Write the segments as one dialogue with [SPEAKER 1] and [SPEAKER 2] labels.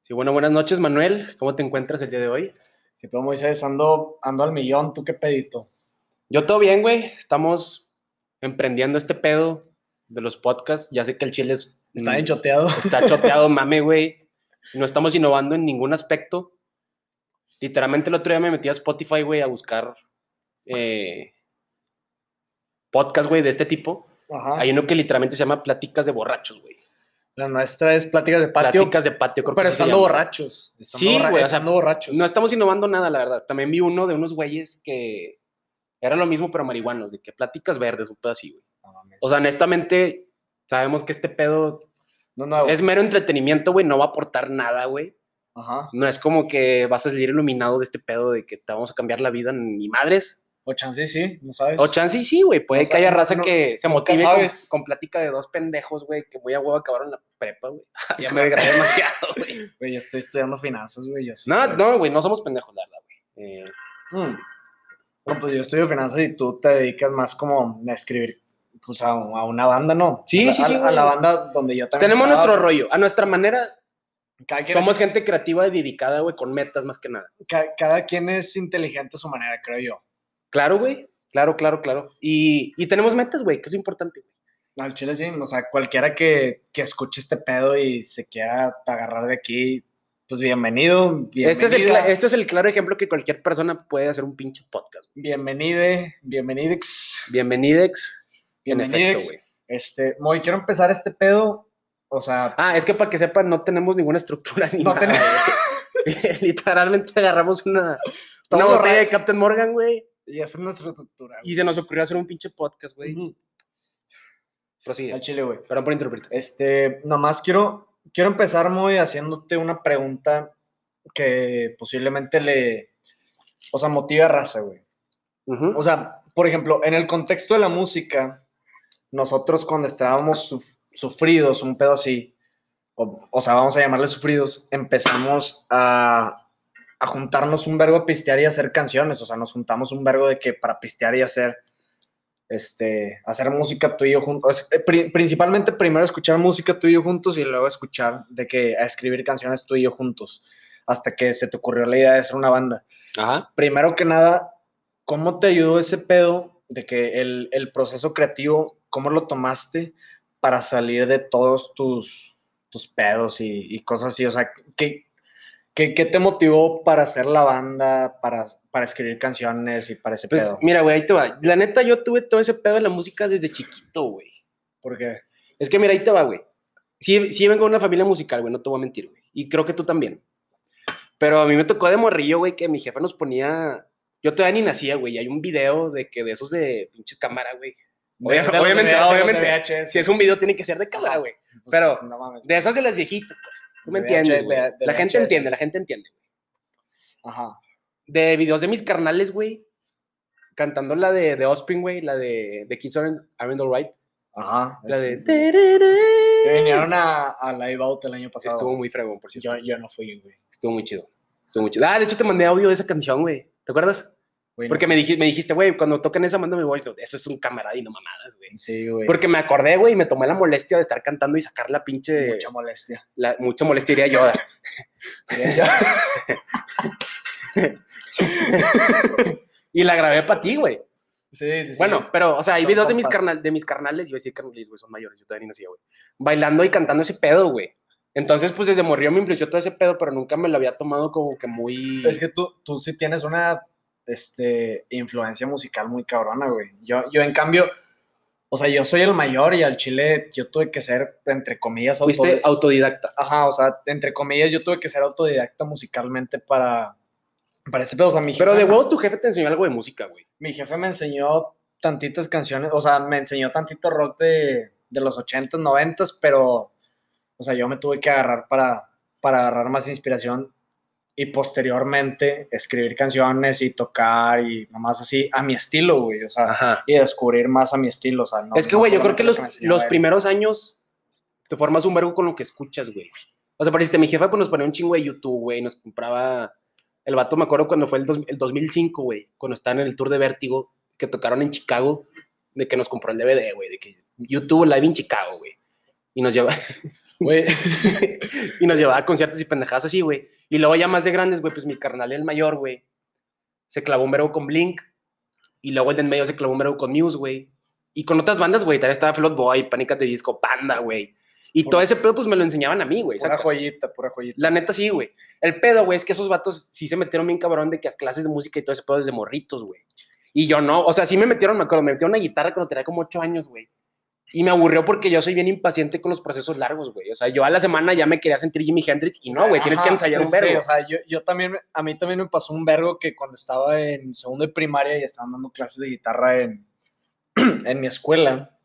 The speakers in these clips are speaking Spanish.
[SPEAKER 1] Sí, bueno, buenas noches, Manuel. ¿Cómo te encuentras el día de hoy?
[SPEAKER 2] Sí, pero Moisés, ando, ando al millón, ¿tú qué pedito?
[SPEAKER 1] Yo todo bien, güey. Estamos emprendiendo este pedo de los podcasts. Ya sé que el chile es- mm,
[SPEAKER 2] Está bien choteado.
[SPEAKER 1] está choteado, mame, güey. No estamos innovando en ningún aspecto. Literalmente el otro día me metí a Spotify, güey, a buscar eh, podcast, güey, de este tipo.
[SPEAKER 2] Ajá.
[SPEAKER 1] Hay uno que literalmente se llama Pláticas de Borrachos, güey.
[SPEAKER 2] La nuestra es pláticas de patio,
[SPEAKER 1] Pláticas de patio. creo que
[SPEAKER 2] pero
[SPEAKER 1] así se
[SPEAKER 2] estando
[SPEAKER 1] llama.
[SPEAKER 2] borrachos. Estando
[SPEAKER 1] Sí,
[SPEAKER 2] borra-
[SPEAKER 1] güey, o sea,
[SPEAKER 2] Estando borrachos.
[SPEAKER 1] No estamos innovando nada, la verdad. También vi uno de unos güeyes que era lo mismo, pero marihuanos, de que pláticas verdes, un pedo así, güey.
[SPEAKER 2] No, mames.
[SPEAKER 1] O sea, honestamente, sabemos que este pedo
[SPEAKER 2] No, no,
[SPEAKER 1] es mero entretenimiento, güey, no va a aportar nada, güey.
[SPEAKER 2] Ajá.
[SPEAKER 1] No es como que vas a salir iluminado de este pedo de que te vamos a cambiar la vida ni madres.
[SPEAKER 2] O chance, sí, no sabes.
[SPEAKER 1] O chance y sí, güey. Puede
[SPEAKER 2] Pues, O sea,
[SPEAKER 1] que haya
[SPEAKER 2] no-
[SPEAKER 1] raza
[SPEAKER 2] no-
[SPEAKER 1] que se
[SPEAKER 2] nunca
[SPEAKER 1] motive con,
[SPEAKER 2] sabes.
[SPEAKER 1] con plática de dos pendejos, güey, que muy a huevo acabaron la prepa, güey. ya me degradé demasiado, güey.
[SPEAKER 2] Güey, yo estoy estudiando finanzas, güey. yo sí
[SPEAKER 1] No,
[SPEAKER 2] sé.
[SPEAKER 1] no, güey, no somos pendejos, la verdad, güey. Eh,
[SPEAKER 2] Mm. No, pues yo estudio finanzas y tú te dedicas más como a escribir pues a, a una banda, ¿no?
[SPEAKER 1] Sí,
[SPEAKER 2] A la-
[SPEAKER 1] sí,
[SPEAKER 2] a,
[SPEAKER 1] sí,
[SPEAKER 2] la- A
[SPEAKER 1] güey.
[SPEAKER 2] la banda donde yo también.
[SPEAKER 1] tenemos
[SPEAKER 2] estaba,
[SPEAKER 1] nuestro rollo. A nuestra manera,
[SPEAKER 2] Cada quien,
[SPEAKER 1] somos
[SPEAKER 2] es,
[SPEAKER 1] gente creativa y dedicada, güey, con metas más que nada.
[SPEAKER 2] ca- cada quien es inteligente a su manera, creo yo.
[SPEAKER 1] Claro, güey. Claro, claro, claro. Y, y tenemos metas, güey, que es lo importante.
[SPEAKER 2] Al chile sí, o sea, cualquiera que, que escuche este pedo y se quiera agarrar de aquí, pues bienvenido, bienvenida,
[SPEAKER 1] Este es, el, cla- este es el claro ejemplo que cualquier persona puede hacer un pinche podcast.
[SPEAKER 2] bienvenide, bienvenidex,
[SPEAKER 1] Bienvenidex. En efecto,
[SPEAKER 2] bienvenidex.
[SPEAKER 1] güey.
[SPEAKER 2] Este, Moy, quiero empezar este pedo, o sea,
[SPEAKER 1] Ah, es que para que sepan, no tenemos ninguna estructura ni
[SPEAKER 2] No
[SPEAKER 1] nada,
[SPEAKER 2] tenemos-
[SPEAKER 1] güey. Literalmente agarramos una, una
[SPEAKER 2] Estamos
[SPEAKER 1] botella de
[SPEAKER 2] borra-
[SPEAKER 1] Captain Morgan, güey.
[SPEAKER 2] y esa es nuestra estructura,
[SPEAKER 1] Y se nos ocurrió hacer un pinche podcast, güey.
[SPEAKER 2] güey.
[SPEAKER 1] Prosigue.
[SPEAKER 2] Al chile, güey.
[SPEAKER 1] Perdón por interrumpirte.
[SPEAKER 2] Este, nomás quiero, quiero empezar, Moy, haciéndote una pregunta que posiblemente le, o sea, motive a raza, güey.
[SPEAKER 1] Ujú.
[SPEAKER 2] O sea, por ejemplo, en el contexto de la música, nosotros cuando estábamos suf- sufridos, un pedo así, o, o sea, vamos a llamarle sufridos, empezamos a, a juntarnos un vergo a pistear y hacer canciones. O sea, nos juntamos un vergo de que para pistear y hacer, este, hacer música tú y yo juntos. eh, principalmente primero escuchar música tú y yo juntos y luego escuchar de que a escribir canciones tú y yo juntos. Hasta que se te ocurrió la idea de hacer una banda
[SPEAKER 1] Ajá.
[SPEAKER 2] primero que nada, ¿cómo te ayudó ese pedo de que el, el proceso creativo, cómo lo tomaste para salir de todos tus, tus pedos y, y cosas así? O sea, ¿qué, qué, qué te motivó para hacer la banda, para, para escribir canciones y para ese
[SPEAKER 1] Pues
[SPEAKER 2] pedo?
[SPEAKER 1] mira, güey, ahí te va. La neta, yo tuve todo ese pedo de la música desde chiquito, güey.
[SPEAKER 2] Porque,
[SPEAKER 1] Es que mira, ahí te va, güey. Sí, sí vengo de una familia musical, güey, no te voy a mentir, güey. Y creo que tú también. Pero a mí me tocó de morrillo, güey, que mi jefa nos ponía... Yo todavía ni nacía, güey, y hay un video de que de esos de pinches cámara, güey. Obvia- obviamente, obviamente. Si es un video, tiene que ser de cámara,
[SPEAKER 2] Ajá.
[SPEAKER 1] güey. pero-
[SPEAKER 2] pues, no mames.
[SPEAKER 1] De esas de las viejitas, pues. Tú me
[SPEAKER 2] De
[SPEAKER 1] entiendes,
[SPEAKER 2] VHS,
[SPEAKER 1] güey.
[SPEAKER 2] de
[SPEAKER 1] La gente
[SPEAKER 2] VHS.
[SPEAKER 1] entiende, la gente entiende.
[SPEAKER 2] Ajá.
[SPEAKER 1] De videos de mis carnales, güey. Cantando la de, de Ospin, güey, la de, de Kids Aren't, Aren't Alright.
[SPEAKER 2] Ajá.
[SPEAKER 1] La de...
[SPEAKER 2] Es- que vinieron a, a Live Out el año pasado.
[SPEAKER 1] Estuvo muy fregón, por cierto.
[SPEAKER 2] yo, yo no fui, güey.
[SPEAKER 1] Estuvo muy chido. Estuvo muy chido. Ah, de hecho te mandé audio de esa canción, güey. ¿Te acuerdas?
[SPEAKER 2] Güey, no
[SPEAKER 1] Porque me,
[SPEAKER 2] fui.
[SPEAKER 1] dij- me dijiste, güey, cuando tocan esa, mándame voice note. Eso es un camarada y no mamadas, güey.
[SPEAKER 2] Sí, güey.
[SPEAKER 1] Porque me acordé, güey, y me tomé la molestia de estar cantando y sacar la pinche.
[SPEAKER 2] Mucha molestia.
[SPEAKER 1] la- mucha molestia diría Yoda. Y la grabé para ti, güey.
[SPEAKER 2] sí, sí, sí.
[SPEAKER 1] Bueno, pero, o sea, hay
[SPEAKER 2] Son
[SPEAKER 1] videos de mis,
[SPEAKER 2] compas.
[SPEAKER 1] carnal, de mis carnales, yo decía carnales, güey, son mayores, yo todavía ni nacía, güey. Bailando y cantando ese pedo, güey. Entonces, pues desde morrió me influyó todo ese pedo, pero nunca me lo había tomado como que muy.
[SPEAKER 2] es que tú, tú sí tienes una este, influencia musical muy cabrona, güey. Yo, yo, en cambio, o sea, yo soy el mayor y al chile yo tuve que ser, entre comillas,
[SPEAKER 1] Fuiste
[SPEAKER 2] autodi-
[SPEAKER 1] autodidacta.
[SPEAKER 2] Ajá, o sea, entre comillas, yo tuve que ser autodidacta musicalmente para, para este pedo. O sea, mi
[SPEAKER 1] Pero
[SPEAKER 2] jefa-
[SPEAKER 1] de huevos tu jefe te enseñó algo de música, güey.
[SPEAKER 2] mi jefe me enseñó tantitas canciones, o sea, me enseñó tantito rock de, de los 80s, 90s, pero, o sea, yo me tuve que agarrar para, para agarrar más inspiración y posteriormente escribir canciones y tocar y nomás así a mi estilo, güey, o sea,
[SPEAKER 1] Ajá.
[SPEAKER 2] y descubrir más a mi estilo, o sea, no-
[SPEAKER 1] es que,
[SPEAKER 2] no
[SPEAKER 1] güey, yo creo
[SPEAKER 2] solamente
[SPEAKER 1] que
[SPEAKER 2] lo
[SPEAKER 1] los,
[SPEAKER 2] me enseñó
[SPEAKER 1] los
[SPEAKER 2] él.
[SPEAKER 1] primeros años te formas un vergo con lo que escuchas, güey. O sea, por ejemplo, mi jefa pues, nos ponía un chingo de YouTube, güey, nos compraba... El vato, me acuerdo cuando fue el, dos- el 2005, güey, cuando estaban en el tour de Vértigo, que tocaron en Chicago, de que nos compró el DVD, güey, de que YouTube Live en Chicago, güey. Y nos lleva... Güey. y nos llevaba a conciertos y pendejadas así, güey. Y luego ya más de grandes, güey, pues mi carnal, el mayor, güey, se clavó un verbo con Blink. Y luego el de en medio se clavó un verbo con Muse, güey. Y con otras bandas, güey, tal estaba Float Boy, Pánicas de Disco, Panda, güey. Y
[SPEAKER 2] Pura-
[SPEAKER 1] todo ese pedo, pues me lo enseñaban a mí, güey.
[SPEAKER 2] Pura
[SPEAKER 1] ¿sacas?
[SPEAKER 2] joyita, pura joyita.
[SPEAKER 1] La neta sí, güey. El pedo, güey, es que esos vatos sí se metieron bien cabrón de que a clases de música y todo ese pedo desde morritos, güey. Y yo no, o sea, sí me metieron, me acuerdo, me metieron una guitarra cuando tenía como ocho años, güey. Y me aburrió porque yo soy bien impaciente con los procesos largos, güey. O sea, yo a la semana ya me quería sentir Jimi Hendrix y no, güey, tienes
[SPEAKER 2] Ajá,
[SPEAKER 1] que ensayar
[SPEAKER 2] sí,
[SPEAKER 1] un
[SPEAKER 2] sí,
[SPEAKER 1] verbo.
[SPEAKER 2] o sea, yo, yo también, a mí también me pasó un vergo que cuando estaba en segundo de primaria y estaban dando clases de guitarra en, en mi escuela,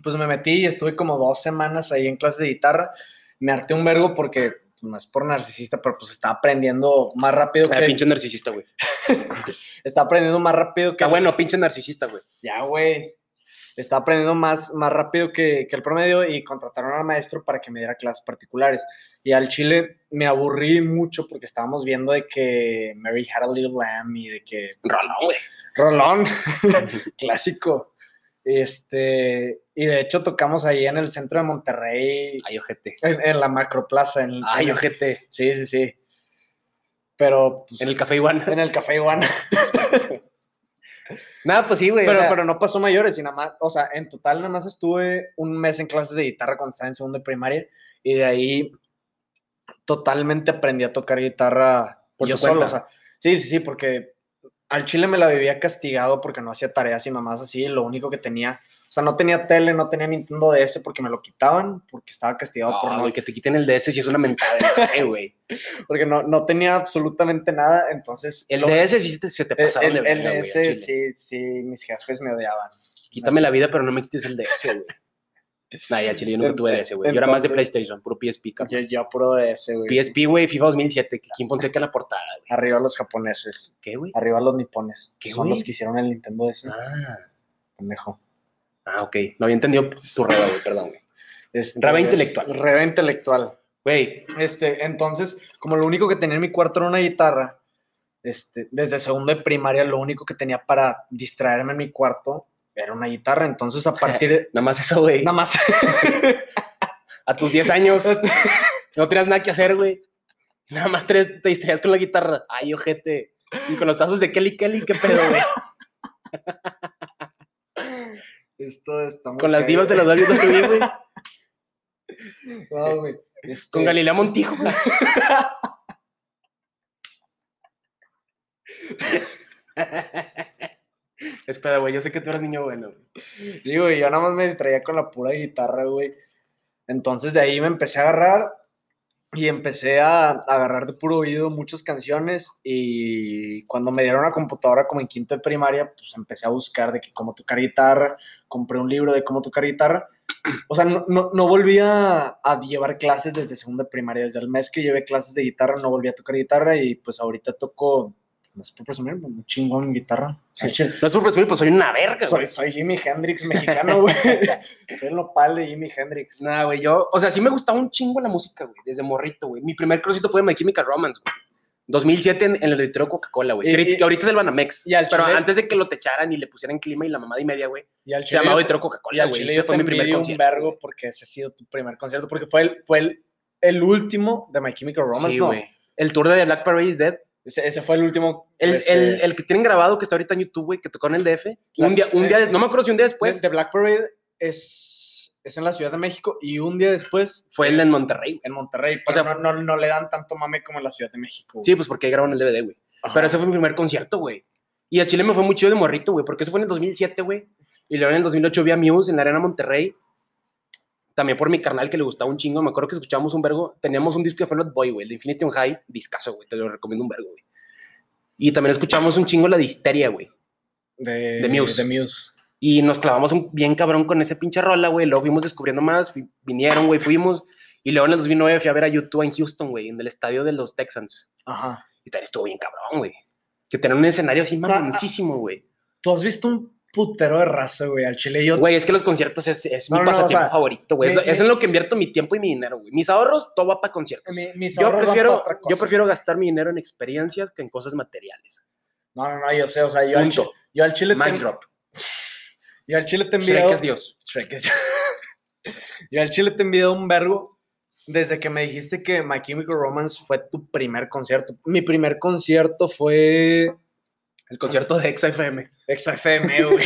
[SPEAKER 2] pues me metí y estuve como dos semanas ahí en clases de guitarra. Me harté un vergo porque pues, no es por narcisista, pero pues estaba aprendiendo más rápido
[SPEAKER 1] Ay,
[SPEAKER 2] que...
[SPEAKER 1] Ah, pinche narcisista, güey.
[SPEAKER 2] Está aprendiendo más rápido que...
[SPEAKER 1] Está bueno, pinche narcisista, güey.
[SPEAKER 2] Ya, güey. Está aprendiendo más, más rápido que, que el promedio y contrataron al maestro para que me diera clases particulares. Y al chile me aburrí mucho porque estábamos viendo de que Mary Had a Little Lamb y de que
[SPEAKER 1] Rolón, güey.
[SPEAKER 2] Rolón, clásico. Este, y de hecho tocamos ahí en el centro de Monterrey,
[SPEAKER 1] Ay, ojete.
[SPEAKER 2] en, en la macroplaza. En,
[SPEAKER 1] Ay,
[SPEAKER 2] en-
[SPEAKER 1] ojete.
[SPEAKER 2] Sí, sí, sí. Pero pues,
[SPEAKER 1] En el café Iguana.
[SPEAKER 2] en el Café Iguana.
[SPEAKER 1] Nada, pues sí, güey. o
[SPEAKER 2] Pero,
[SPEAKER 1] sea,
[SPEAKER 2] pero no pasó mayores y nada más, o sea, en total nada más estuve un mes en clases de guitarra cuando estaba en segundo de primaria y de ahí totalmente aprendí a tocar guitarra
[SPEAKER 1] Por
[SPEAKER 2] yo
[SPEAKER 1] tu cuenta.
[SPEAKER 2] solo, o sea, sí, sí, sí, porque al chile me la vivía castigado porque no hacía tareas y mamás así, lo único que tenía, o sea, no tenía tele, no tenía Nintendo DS porque me lo quitaban porque estaba castigado
[SPEAKER 1] no,
[SPEAKER 2] por no
[SPEAKER 1] güey, que te quiten el DS si es una mentada, de madre, güey.
[SPEAKER 2] porque no, no tenía absolutamente nada, entonces
[SPEAKER 1] El
[SPEAKER 2] lo- eh,
[SPEAKER 1] DS sí te- se te
[SPEAKER 2] el,
[SPEAKER 1] pasaron de
[SPEAKER 2] el
[SPEAKER 1] verga, güey, al
[SPEAKER 2] DS,
[SPEAKER 1] chile.
[SPEAKER 2] sí, sí, mis jefes me odiaban.
[SPEAKER 1] Quítame la vida, pero no me quites el DS, güey. Nah, ya, chile, yo nunca tuve DS, güey. Yo era más de
[SPEAKER 2] Entonces-
[SPEAKER 1] PlayStation, puro PSP, cabrón.
[SPEAKER 2] Yo, yo puro DS, güey.
[SPEAKER 1] PSP, güey, FIFA 2007, que Kim Fonseca en la portada, güey.
[SPEAKER 2] Arriba los japoneses,
[SPEAKER 1] ¿Qué, güey?
[SPEAKER 2] arriba los nipones.
[SPEAKER 1] ¿Qué,
[SPEAKER 2] son
[SPEAKER 1] güey?
[SPEAKER 2] los que hicieron el Nintendo DS,
[SPEAKER 1] Ah,
[SPEAKER 2] pendejo.
[SPEAKER 1] ah, ok. No había entendido tu reba, güey, perdón, güey.
[SPEAKER 2] Este,
[SPEAKER 1] Reba intelectual.
[SPEAKER 2] Reba intelectual.
[SPEAKER 1] Güey,
[SPEAKER 2] Este, entonces, como lo único que tenía en mi cuarto era una guitarra, este, desde segundo de primaria lo único que tenía para distraerme en mi cuarto era una guitarra. Entonces, a partir de...
[SPEAKER 1] nada más eso, güey.
[SPEAKER 2] Nada más.
[SPEAKER 1] A tus 10 años, no tenías nada que hacer, güey. Nada más tres, te distraías con la guitarra. Ay, ojete. Y con los tazos de Kelly Kelly, qué pedo, güey.
[SPEAKER 2] Esto está muy
[SPEAKER 1] Con las
[SPEAKER 2] heavy,
[SPEAKER 1] divas de la E, WWE, güey.
[SPEAKER 2] No, güey. Este,
[SPEAKER 1] Con Galilea Montijo. Espera, güey, yo sé que tú eres niño bueno. güey.
[SPEAKER 2] Sí, güey, yo nada más me distraía con la pura guitarra, güey. Entonces de ahí me empecé a agarrar y empecé a agarrar de puro oído muchas canciones y cuando me dieron la computadora como en quinto de primaria, pues empecé a buscar de que cómo tocar guitarra, compré un libro de cómo tocar guitarra. O sea, no, no, no volví a, a llevar clases desde segunda de primaria, desde el mes que llevé clases de guitarra no volví a tocar guitarra y pues ahorita toco, pues, no sé por presumir, un chingón en guitarra. Al chile.
[SPEAKER 1] No es por presumir, pues soy una verga,
[SPEAKER 2] Soy,
[SPEAKER 1] güey.
[SPEAKER 2] soy Jimi Hendrix mexicano, güey. soy el nopal de Jimi Hendrix.
[SPEAKER 1] Nada, güey, yo, o sea, sí me gustaba un chingo la música, güey, desde morrito, güey. Mi primer crucito fue My Chemical Romance, güey. 2007 en, en el editor Coca-Cola, güey.
[SPEAKER 2] Y-
[SPEAKER 1] Que ahorita-
[SPEAKER 2] y-
[SPEAKER 1] que ahorita es el Banamex.
[SPEAKER 2] y al
[SPEAKER 1] Pero
[SPEAKER 2] chile-
[SPEAKER 1] antes de que lo techaran y le pusieran clima y la mamada y media, güey.
[SPEAKER 2] Y al
[SPEAKER 1] Se
[SPEAKER 2] chile
[SPEAKER 1] llamaba
[SPEAKER 2] yo te-
[SPEAKER 1] editor
[SPEAKER 2] y
[SPEAKER 1] Coca-Cola,
[SPEAKER 2] al
[SPEAKER 1] güey.
[SPEAKER 2] chile
[SPEAKER 1] Ese
[SPEAKER 2] yo
[SPEAKER 1] fue
[SPEAKER 2] te
[SPEAKER 1] mi primer
[SPEAKER 2] envidio un
[SPEAKER 1] concierto. güey.
[SPEAKER 2] vergo porque ese ha sido tu primer concierto, porque fue el, fue el, el último de My Chemical Romance,
[SPEAKER 1] Sí,
[SPEAKER 2] ¿no?
[SPEAKER 1] güey. El tour de Black Parade is Dead
[SPEAKER 2] Ese, ese fue el último.
[SPEAKER 1] El,
[SPEAKER 2] este,
[SPEAKER 1] el- el que tienen grabado, que está ahorita en YouTube, güey, que tocó en el DF.
[SPEAKER 2] Las-
[SPEAKER 1] un día, un día,
[SPEAKER 2] eh,
[SPEAKER 1] no me acuerdo si un día después,
[SPEAKER 2] de Black Parade es, es en la Ciudad de México y un día después
[SPEAKER 1] fue el
[SPEAKER 2] es
[SPEAKER 1] en Monterrey. güey.
[SPEAKER 2] en Monterrey. Pero
[SPEAKER 1] sea,
[SPEAKER 2] no, no, no le dan tanto mame como en la Ciudad de México.
[SPEAKER 1] Sí, pues porque ahí grabaron el DVD, güey. Pero ese fue mi primer concierto, güey. Y a Chile me fue muy chido de morrito, güey, porque eso fue en el 2007, güey. Y luego en el 2008 vi a Muse en la Arena Monterrey. También por mi carnal que le gustaba un chingo. Me acuerdo que escuchábamos un vergo. Teníamos un disco de Fallout Boy, güey, el de Infinity on High. Discaso, güey. Te lo recomiendo un vergo, güey. Y también escuchamos un chingo la de Histeria, güey.
[SPEAKER 2] de,
[SPEAKER 1] de Muse.
[SPEAKER 2] De Muse.
[SPEAKER 1] Y nos clavamos un bien cabrón con ese pinche rola, güey. Luego fuimos descubriendo más, fui- vinieron, güey, fuimos. Y luego en el 2009 fui a ver a YouTube en Houston, güey, en el estadio de los Texans.
[SPEAKER 2] Ajá.
[SPEAKER 1] Y también estuvo bien cabrón, güey. Que tenían un escenario así mamoncísimo, güey.
[SPEAKER 2] Tú has visto un putero de raza, güey. Al chile yo
[SPEAKER 1] Güey, es que los conciertos es, es
[SPEAKER 2] No,
[SPEAKER 1] mi
[SPEAKER 2] no, no, o
[SPEAKER 1] pasatiempo
[SPEAKER 2] sea,
[SPEAKER 1] favorito, güey. Es,
[SPEAKER 2] mi-
[SPEAKER 1] lo- es en lo que invierto mi tiempo y mi dinero, güey. Mis ahorros, todo va para conciertos.
[SPEAKER 2] Mi- mis
[SPEAKER 1] Yo
[SPEAKER 2] ahorros van para
[SPEAKER 1] prefiero,
[SPEAKER 2] otra cosa.
[SPEAKER 1] yo prefiero gastar mi dinero en experiencias que en cosas materiales.
[SPEAKER 2] No, no, no, yo sé, o sea, yo, al,
[SPEAKER 1] Punto.
[SPEAKER 2] chi- yo al chile
[SPEAKER 1] Mic
[SPEAKER 2] te,
[SPEAKER 1] drop.
[SPEAKER 2] yo al chile te he
[SPEAKER 1] Shrek
[SPEAKER 2] enviado,
[SPEAKER 1] es Dios.
[SPEAKER 2] Shrek es- yo al chile te he enviado un vergo Desde que me dijiste que My Chemical Romance fue tu primer concierto. Mi primer concierto fue
[SPEAKER 1] El concierto de XFM.
[SPEAKER 2] XFM, güey.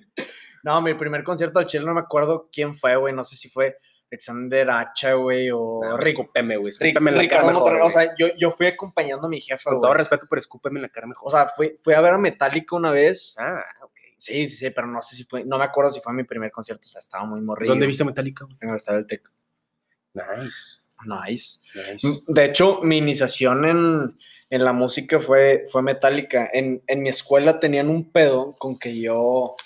[SPEAKER 2] no, mi primer concierto al chile no me acuerdo quién fue, güey. No sé si fue Alexander Hacha, güey, o Rico.
[SPEAKER 1] Escúpeme, güey. Escúpeme en la cara
[SPEAKER 2] Ricardo
[SPEAKER 1] mejor,
[SPEAKER 2] Montoner. O
[SPEAKER 1] güey.
[SPEAKER 2] sea, yo, yo fui acompañando a mi jefa,
[SPEAKER 1] Con todo
[SPEAKER 2] güey.
[SPEAKER 1] respeto, pero escúpeme en la cara mejor.
[SPEAKER 2] O sea, fui, fui a ver a Metallica una vez.
[SPEAKER 1] Ah, ok.
[SPEAKER 2] Sí, sí, sí, pero no sé si fue, no me acuerdo si fue mi primer concierto, o sea, estaba muy morrido.
[SPEAKER 1] ¿Dónde viste a Metallica, güey?
[SPEAKER 2] En el Estadio del Tec.
[SPEAKER 1] Nice.
[SPEAKER 2] Nice.
[SPEAKER 1] Nice.
[SPEAKER 2] De hecho, mi iniciación en, en la música fue, fue metálica. En, en mi escuela tenían un pedo con que yo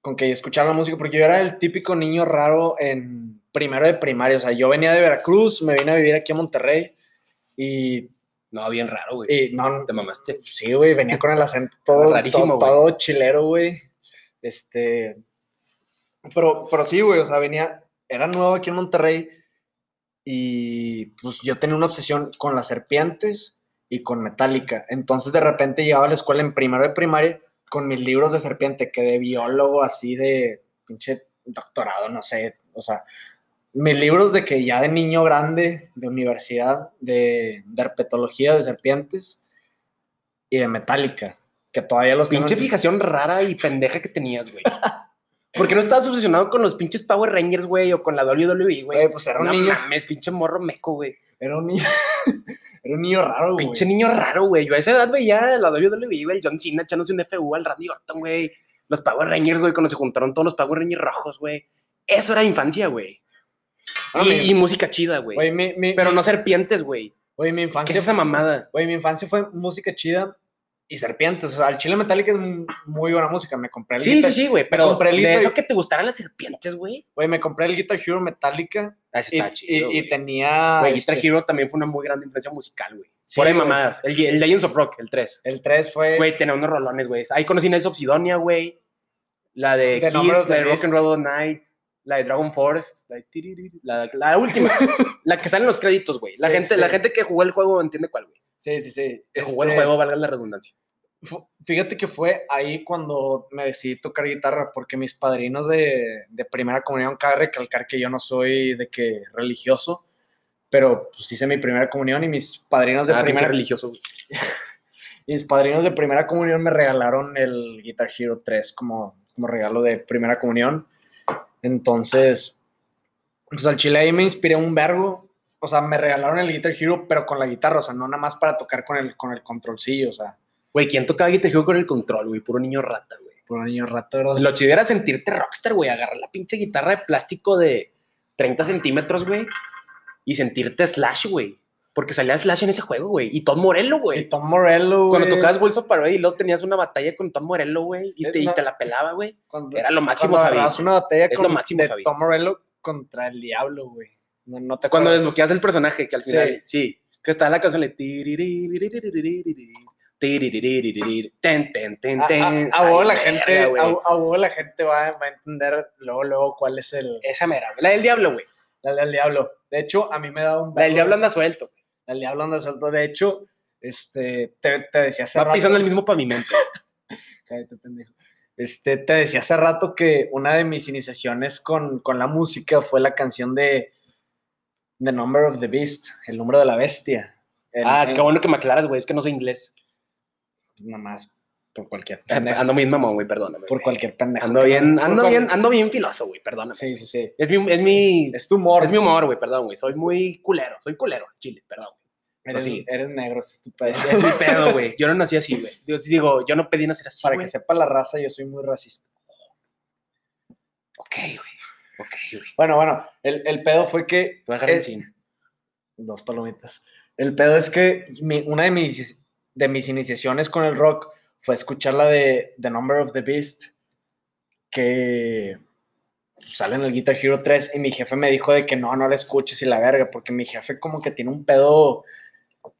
[SPEAKER 2] con que yo escuchaba la música, porque yo era el típico niño raro en primero de primaria. O sea, yo venía de Veracruz, me vine a vivir aquí a Monterrey y,
[SPEAKER 1] No, bien raro, güey.
[SPEAKER 2] y no,
[SPEAKER 1] Te mamaste.
[SPEAKER 2] este, sí, güey, venía con el acento todo,
[SPEAKER 1] Rarísimo,
[SPEAKER 2] todo, todo chilero, güey. Este, pero, pero sí, güey, o sea, venía, era nuevo aquí en Monterrey y pues yo tenía una obsesión con las serpientes y con Metallica. Entonces de repente llegaba a la escuela en primero de primaria con mis libros de serpiente, que de biólogo así de pinche doctorado, no sé, o sea, mis libros de que ya de niño grande, de universidad, de, de herpetología de serpientes y de metálica, que todavía los tengo
[SPEAKER 1] Pinche
[SPEAKER 2] en-
[SPEAKER 1] fijación rara y pendeja que tenías, güey. ¿Por qué no estabas obsesionado con los pinches Power Rangers, güey? O con la WWE,
[SPEAKER 2] Güey,
[SPEAKER 1] güey.
[SPEAKER 2] pues era un
[SPEAKER 1] no
[SPEAKER 2] niño,
[SPEAKER 1] mames, pinche morro meco, güey.
[SPEAKER 2] era un niño, era un niño raro, güey.
[SPEAKER 1] Pinche niño raro, güey. Yo a esa edad veía la WWE, güey. el John Cena echándose un FU al Randy Orton, güey. Los Power Rangers, güey, cuando se juntaron todos los Power Rangers rojos, güey. Eso era infancia, güey.
[SPEAKER 2] Ah,
[SPEAKER 1] Y-
[SPEAKER 2] mi-
[SPEAKER 1] y, música chida, güey.
[SPEAKER 2] Güey, mi, mi-
[SPEAKER 1] Pero no serpientes, güey.
[SPEAKER 2] güey, mi
[SPEAKER 1] ¿Qué
[SPEAKER 2] infancia
[SPEAKER 1] es esa mamada?
[SPEAKER 2] Güey, mi infancia fue música chida y serpientes. O sea, el Chile Metallica es m- muy buena música. Me compré el
[SPEAKER 1] Sí, sí,
[SPEAKER 2] Guitar,
[SPEAKER 1] sí, güey. Pero
[SPEAKER 2] compré el
[SPEAKER 1] de
[SPEAKER 2] Lito
[SPEAKER 1] eso
[SPEAKER 2] y-
[SPEAKER 1] que te gustaran las serpientes, güey.
[SPEAKER 2] Güey, me compré el Guitar Hero Metallica
[SPEAKER 1] Ah, ese
[SPEAKER 2] y,
[SPEAKER 1] está chido.
[SPEAKER 2] y- y
[SPEAKER 1] güey.
[SPEAKER 2] tenía
[SPEAKER 1] Güey, Guitar
[SPEAKER 2] este,
[SPEAKER 1] Hero también fue una muy grande influencia musical, güey.
[SPEAKER 2] Sí,
[SPEAKER 1] Por ahí
[SPEAKER 2] güey. Eh,
[SPEAKER 1] mamadas. El, el Legends of Rock, el 3.
[SPEAKER 2] el 3 fue
[SPEAKER 1] Güey, tenía unos rolones, güey. Ahí conocí Nights of Sidonia, güey. La de
[SPEAKER 2] The Number
[SPEAKER 1] Kiss,
[SPEAKER 2] of the
[SPEAKER 1] la de Rock
[SPEAKER 2] Beast.
[SPEAKER 1] and Roll All Night, la de Dragon Force, la, de tiririri, la, la última, la que sale en los créditos, güey. La,
[SPEAKER 2] Sí,
[SPEAKER 1] gente,
[SPEAKER 2] sí.
[SPEAKER 1] la gente que jugó el juego entiende cuál, güey.
[SPEAKER 2] Sí, sí, sí.
[SPEAKER 1] Que jugó el
[SPEAKER 2] Este,
[SPEAKER 1] juego, valga la redundancia.
[SPEAKER 2] fu- Fíjate que fue ahí cuando me decidí tocar guitarra porque mis padrinos de, de primera comunión, cabe recalcar que yo no soy de que religioso, pero pues hice mi primera comunión y mis padrinos de
[SPEAKER 1] Ah, pinche
[SPEAKER 2] primera
[SPEAKER 1] religioso. güey.
[SPEAKER 2] Y mis padrinos de primera comunión me regalaron el Guitar Hero 3 como, como regalo de primera comunión. Entonces, pues al chile ahí me inspiré un vergo. O sea, me regalaron el Guitar Hero, pero con la guitarra. O sea, no nada más para tocar con el, con el controlcillo. O sea,
[SPEAKER 1] Güey, ¿quién tocaba Guitar Hero con el control, güey? Puro niño rata, güey.
[SPEAKER 2] por un niño rato, ¿verdad?
[SPEAKER 1] Lo chido era sentirte rockstar, güey. Agarrar la pinche guitarra de plástico de 30 centímetros, güey. Y sentirte Slash, güey. Porque salía Slash en ese juego, güey. Y Tom Morello,
[SPEAKER 2] Y
[SPEAKER 1] güey.
[SPEAKER 2] Tom Morello,
[SPEAKER 1] Cuando
[SPEAKER 2] güey,
[SPEAKER 1] tocabas Wilson Parody y luego tenías una batalla con Tom Morello, güey. Y,
[SPEAKER 2] Es
[SPEAKER 1] te, y
[SPEAKER 2] la-
[SPEAKER 1] te la pelaba, güey.
[SPEAKER 2] cuando-
[SPEAKER 1] Era lo máximo,
[SPEAKER 2] cuando
[SPEAKER 1] Javi.
[SPEAKER 2] agarrabas una batalla
[SPEAKER 1] Es
[SPEAKER 2] con,
[SPEAKER 1] lo máximo,
[SPEAKER 2] de
[SPEAKER 1] Javi.
[SPEAKER 2] Tom Morello contra el diablo, güey. No, no te
[SPEAKER 1] Cuando
[SPEAKER 2] acuerdas.
[SPEAKER 1] desbloqueas el personaje, que al
[SPEAKER 2] Sí.
[SPEAKER 1] final, sí. Que estaba la canción de... tiriririririririririr, tiririririririr, ten, ten, ten,
[SPEAKER 2] A-
[SPEAKER 1] ten.
[SPEAKER 2] a- a
[SPEAKER 1] Está
[SPEAKER 2] huevo
[SPEAKER 1] bien
[SPEAKER 2] la
[SPEAKER 1] verga,
[SPEAKER 2] gente, a,
[SPEAKER 1] güey.
[SPEAKER 2] a huevo la gente va, va a entender luego, luego cuál es el,
[SPEAKER 1] Esa mera, güey. La del diablo, güey.
[SPEAKER 2] La del diablo. De hecho, a mí me da un.
[SPEAKER 1] La del
[SPEAKER 2] vergo-
[SPEAKER 1] diablo anda suelto. güey.
[SPEAKER 2] La del diablo anda suelto. De hecho, este, te, te decía hace
[SPEAKER 1] Va
[SPEAKER 2] rato.
[SPEAKER 1] pisando el mismo pavimento.
[SPEAKER 2] Cállate, pendejo. Este, te decía hace rato que una de mis iniciaciones con, con la música fue la canción de The Number of the Beast, el número de la bestia. El-
[SPEAKER 1] Ah,
[SPEAKER 2] el-
[SPEAKER 1] qué bueno que me aclaras, güey. Es que no sé inglés.
[SPEAKER 2] Nomás, por cualquier pendejo.
[SPEAKER 1] Ando bien mamón, güey, perdóname.
[SPEAKER 2] Por
[SPEAKER 1] güey.
[SPEAKER 2] cualquier pendejo.
[SPEAKER 1] Ando
[SPEAKER 2] que
[SPEAKER 1] bien,
[SPEAKER 2] no- por
[SPEAKER 1] ando
[SPEAKER 2] cual-
[SPEAKER 1] bien, ando bien filoso, güey, perdóname.
[SPEAKER 2] Sí, sí, sí.
[SPEAKER 1] Es mi, es mi,
[SPEAKER 2] Es tu humor.
[SPEAKER 1] es mi humor, güey, perdón, güey. Soy muy culero, soy culero, chile, perdón.
[SPEAKER 2] Eres,
[SPEAKER 1] sí.
[SPEAKER 2] eres negro, ese es tu pedo.
[SPEAKER 1] Es mi pedo, güey. Yo no nací así, güey. Yo sí digo, yo no pedí nacer así,
[SPEAKER 2] Para
[SPEAKER 1] güey.
[SPEAKER 2] que sepa la raza, yo soy muy racista.
[SPEAKER 1] Ok, güey. Ok, güey.
[SPEAKER 2] Bueno, bueno, el, el pedo fue que.
[SPEAKER 1] Tú agarra el
[SPEAKER 2] eh,
[SPEAKER 1] cine.
[SPEAKER 2] Dos palomitas. El pedo es que mi- una de mis, de mis iniciaciones con el rock fue escuchar la de The Number of the Beast, que sale en el Guitar Hero 3, y mi jefe me dijo de que no, no la escuches y la verga, porque mi jefe como que tiene un pedo